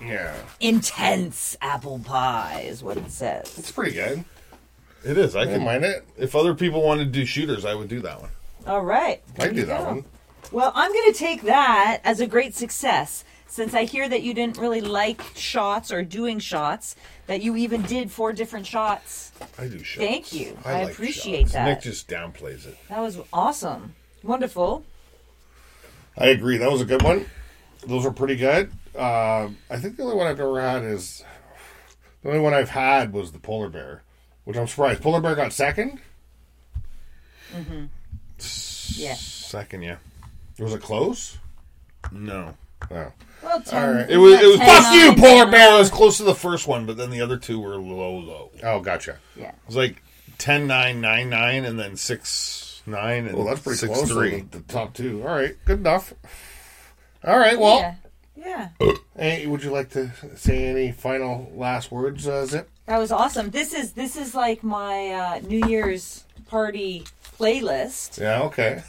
[SPEAKER 1] Yeah,
[SPEAKER 2] intense apple pie is what it says.
[SPEAKER 1] it's pretty good.
[SPEAKER 3] It is. I
[SPEAKER 1] I
[SPEAKER 3] can.
[SPEAKER 1] don't mind it.
[SPEAKER 3] If other people wanted to do shooters, I would do that one.
[SPEAKER 2] All right.
[SPEAKER 1] I
[SPEAKER 2] there
[SPEAKER 1] do
[SPEAKER 2] you
[SPEAKER 1] that
[SPEAKER 2] go.
[SPEAKER 1] one.
[SPEAKER 2] Well, I'm going to take that as a great success since I hear that you didn't really like shots or doing shots, that you even did four different shots.
[SPEAKER 3] I do shooters.
[SPEAKER 2] Thank you.
[SPEAKER 3] I
[SPEAKER 2] I,
[SPEAKER 3] like
[SPEAKER 2] appreciate
[SPEAKER 3] shots.
[SPEAKER 2] that.
[SPEAKER 3] Nick just downplays it.
[SPEAKER 2] that was awesome. Wonderful.
[SPEAKER 1] I agree. That was a good one. Those were pretty good. Um, I think the only one I've ever had is the only one I've had was the polar bear, which I'm surprised. Polar bear got second.
[SPEAKER 2] Yeah.
[SPEAKER 3] Second, yeah.
[SPEAKER 1] Was it close? Oh.
[SPEAKER 3] No.
[SPEAKER 1] No.
[SPEAKER 2] Well,
[SPEAKER 1] All
[SPEAKER 2] ten,
[SPEAKER 1] right.
[SPEAKER 3] It was. It was.
[SPEAKER 2] Ten
[SPEAKER 3] Fuck you,
[SPEAKER 2] nine,
[SPEAKER 3] polar
[SPEAKER 2] ten
[SPEAKER 3] bear. It
[SPEAKER 2] nine.
[SPEAKER 3] was close to the first one, but then the other two were low, low. It
[SPEAKER 1] Oh, gotcha.
[SPEAKER 2] yeah.
[SPEAKER 3] was like 10, 9, 9, 9, and then six nine and
[SPEAKER 1] Well, Oh, that's pretty
[SPEAKER 3] six
[SPEAKER 1] close. to
[SPEAKER 3] three.
[SPEAKER 1] The, the top two. All right. Good enough. All right. Well.
[SPEAKER 2] yeah. Yeah.
[SPEAKER 1] Hey, would you like to say any final last words, uh, Zip?
[SPEAKER 2] That was awesome. This is this is like my uh, New Year's party playlist.
[SPEAKER 1] Yeah, okay.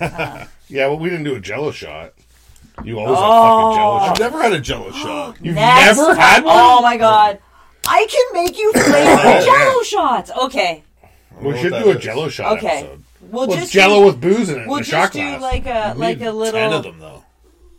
[SPEAKER 1] yeah, well, we didn't do a jello shot. You always
[SPEAKER 2] Oh.
[SPEAKER 1] have fucking jello
[SPEAKER 3] I've
[SPEAKER 1] shot.
[SPEAKER 3] never had a Jello shot.
[SPEAKER 1] You've
[SPEAKER 2] Next-
[SPEAKER 1] never had one? Oh,
[SPEAKER 2] Oh my god. I can make you flavor jello shots. Okay.
[SPEAKER 1] we
[SPEAKER 3] know
[SPEAKER 1] should
[SPEAKER 3] what
[SPEAKER 1] do a
[SPEAKER 3] that is.
[SPEAKER 1] jello shot
[SPEAKER 2] Okay.
[SPEAKER 1] episode.
[SPEAKER 2] We'll,
[SPEAKER 1] Well,
[SPEAKER 2] just
[SPEAKER 1] jello
[SPEAKER 2] do,
[SPEAKER 1] with booze in it.
[SPEAKER 2] we'll
[SPEAKER 1] in a
[SPEAKER 2] just
[SPEAKER 1] shot
[SPEAKER 2] do
[SPEAKER 1] glass.
[SPEAKER 2] like a
[SPEAKER 3] We
[SPEAKER 2] like
[SPEAKER 3] need
[SPEAKER 2] a little
[SPEAKER 3] ten of them though.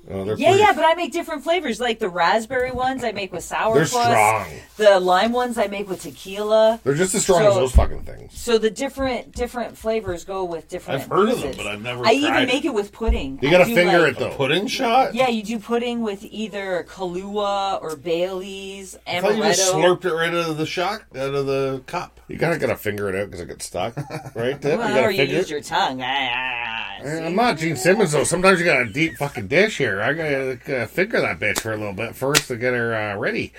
[SPEAKER 1] Oh, they're
[SPEAKER 2] Yeah,
[SPEAKER 1] pretty-
[SPEAKER 2] yeah, but I make different flavors. Like the raspberry ones I make with sour
[SPEAKER 1] They're strong.
[SPEAKER 2] The lime ones I make with tequila.
[SPEAKER 1] They're just as strong as
[SPEAKER 2] So-
[SPEAKER 1] those fucking things.
[SPEAKER 2] So the different different flavors go with different.
[SPEAKER 3] I've heard of them,
[SPEAKER 2] boozes.
[SPEAKER 3] but I've never
[SPEAKER 2] I
[SPEAKER 3] tried
[SPEAKER 2] even make
[SPEAKER 3] it.
[SPEAKER 2] it with pudding.
[SPEAKER 1] You
[SPEAKER 2] I
[SPEAKER 1] gotta
[SPEAKER 2] do,
[SPEAKER 1] finger
[SPEAKER 2] like-
[SPEAKER 1] it though.
[SPEAKER 3] Pudding shot.
[SPEAKER 2] Yeah, you do pudding with either Kahlua or Bailey's,
[SPEAKER 3] I thought you just
[SPEAKER 2] amaretto.
[SPEAKER 3] slurped it right out of the shot, out of the cup.
[SPEAKER 1] You gotta gotta finger it out because it gets stuck, right? Dip?
[SPEAKER 2] Well,
[SPEAKER 1] you gotta
[SPEAKER 2] or you
[SPEAKER 1] finger
[SPEAKER 2] use
[SPEAKER 1] it.
[SPEAKER 2] your tongue. Ah, ah,
[SPEAKER 3] Eh.
[SPEAKER 2] ah.
[SPEAKER 1] I'm not Gene Simmons though. Sometimes you got a deep fucking dish here. I gotta uh, finger that bitch for a little bit first to get her uh, ready.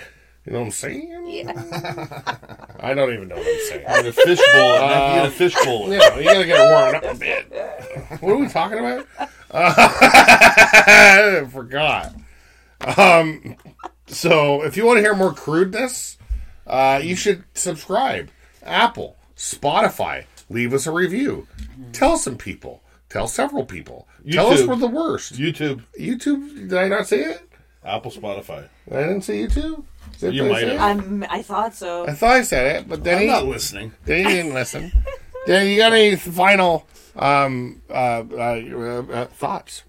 [SPEAKER 1] You know what I'm saying? I don't even know what I'm saying.
[SPEAKER 3] You get a fish bowl. you get a fish bowl.
[SPEAKER 1] You, know, you gotta get her warmed up a bit. What are we talking about? Uh, I forgot. Um, so if you want to hear more crudeness, uh, you should subscribe. Apple, Spotify, leave us a review. Tell some people. Tell several people. Tell us
[SPEAKER 3] YouTube.
[SPEAKER 1] we're the worst.
[SPEAKER 3] YouTube,
[SPEAKER 1] YouTube? Did I not see it?
[SPEAKER 3] Apple, Spotify.
[SPEAKER 1] I didn't see YouTube. Did
[SPEAKER 3] You
[SPEAKER 1] I
[SPEAKER 3] might
[SPEAKER 1] say
[SPEAKER 3] have.
[SPEAKER 1] it?
[SPEAKER 2] I'm, I thought so.
[SPEAKER 1] I thought I said it, but then
[SPEAKER 3] I'm
[SPEAKER 1] he,
[SPEAKER 3] not listening.
[SPEAKER 1] then he didn't listen. Dan, you got any final um, uh, uh, uh, uh, thoughts?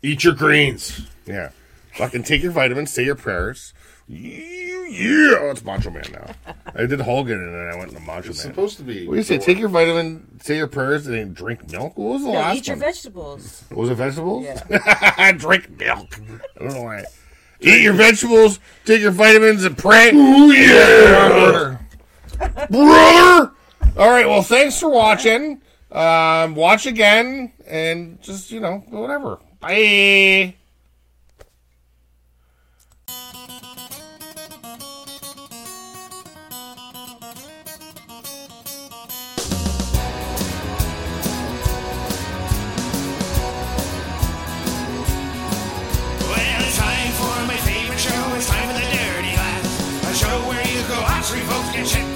[SPEAKER 3] Eat your greens.
[SPEAKER 1] Yeah. Fucking take your vitamins, say your prayers. Yeah, yeah. Oh, it's Macho Man now. I did Hogan and then I went to Macho Man.
[SPEAKER 3] to be.
[SPEAKER 1] we say take your vitamin, say your prayers, and then drink milk. What was the
[SPEAKER 2] No,
[SPEAKER 1] last
[SPEAKER 2] eat your
[SPEAKER 1] one?
[SPEAKER 2] vegetables.
[SPEAKER 1] was it vegetables? drink milk. I don't know why. Eat your vegetables, take your vitamins, and pray. Ooh, yeah, brother. All right. Well, thanks for watching. Um, watch again, and just you know, whatever. Bye.
[SPEAKER 5] Well, it's time for my favorite show. It's time for the Dirty Laugh. A show where you go out, three folks get shit Oh,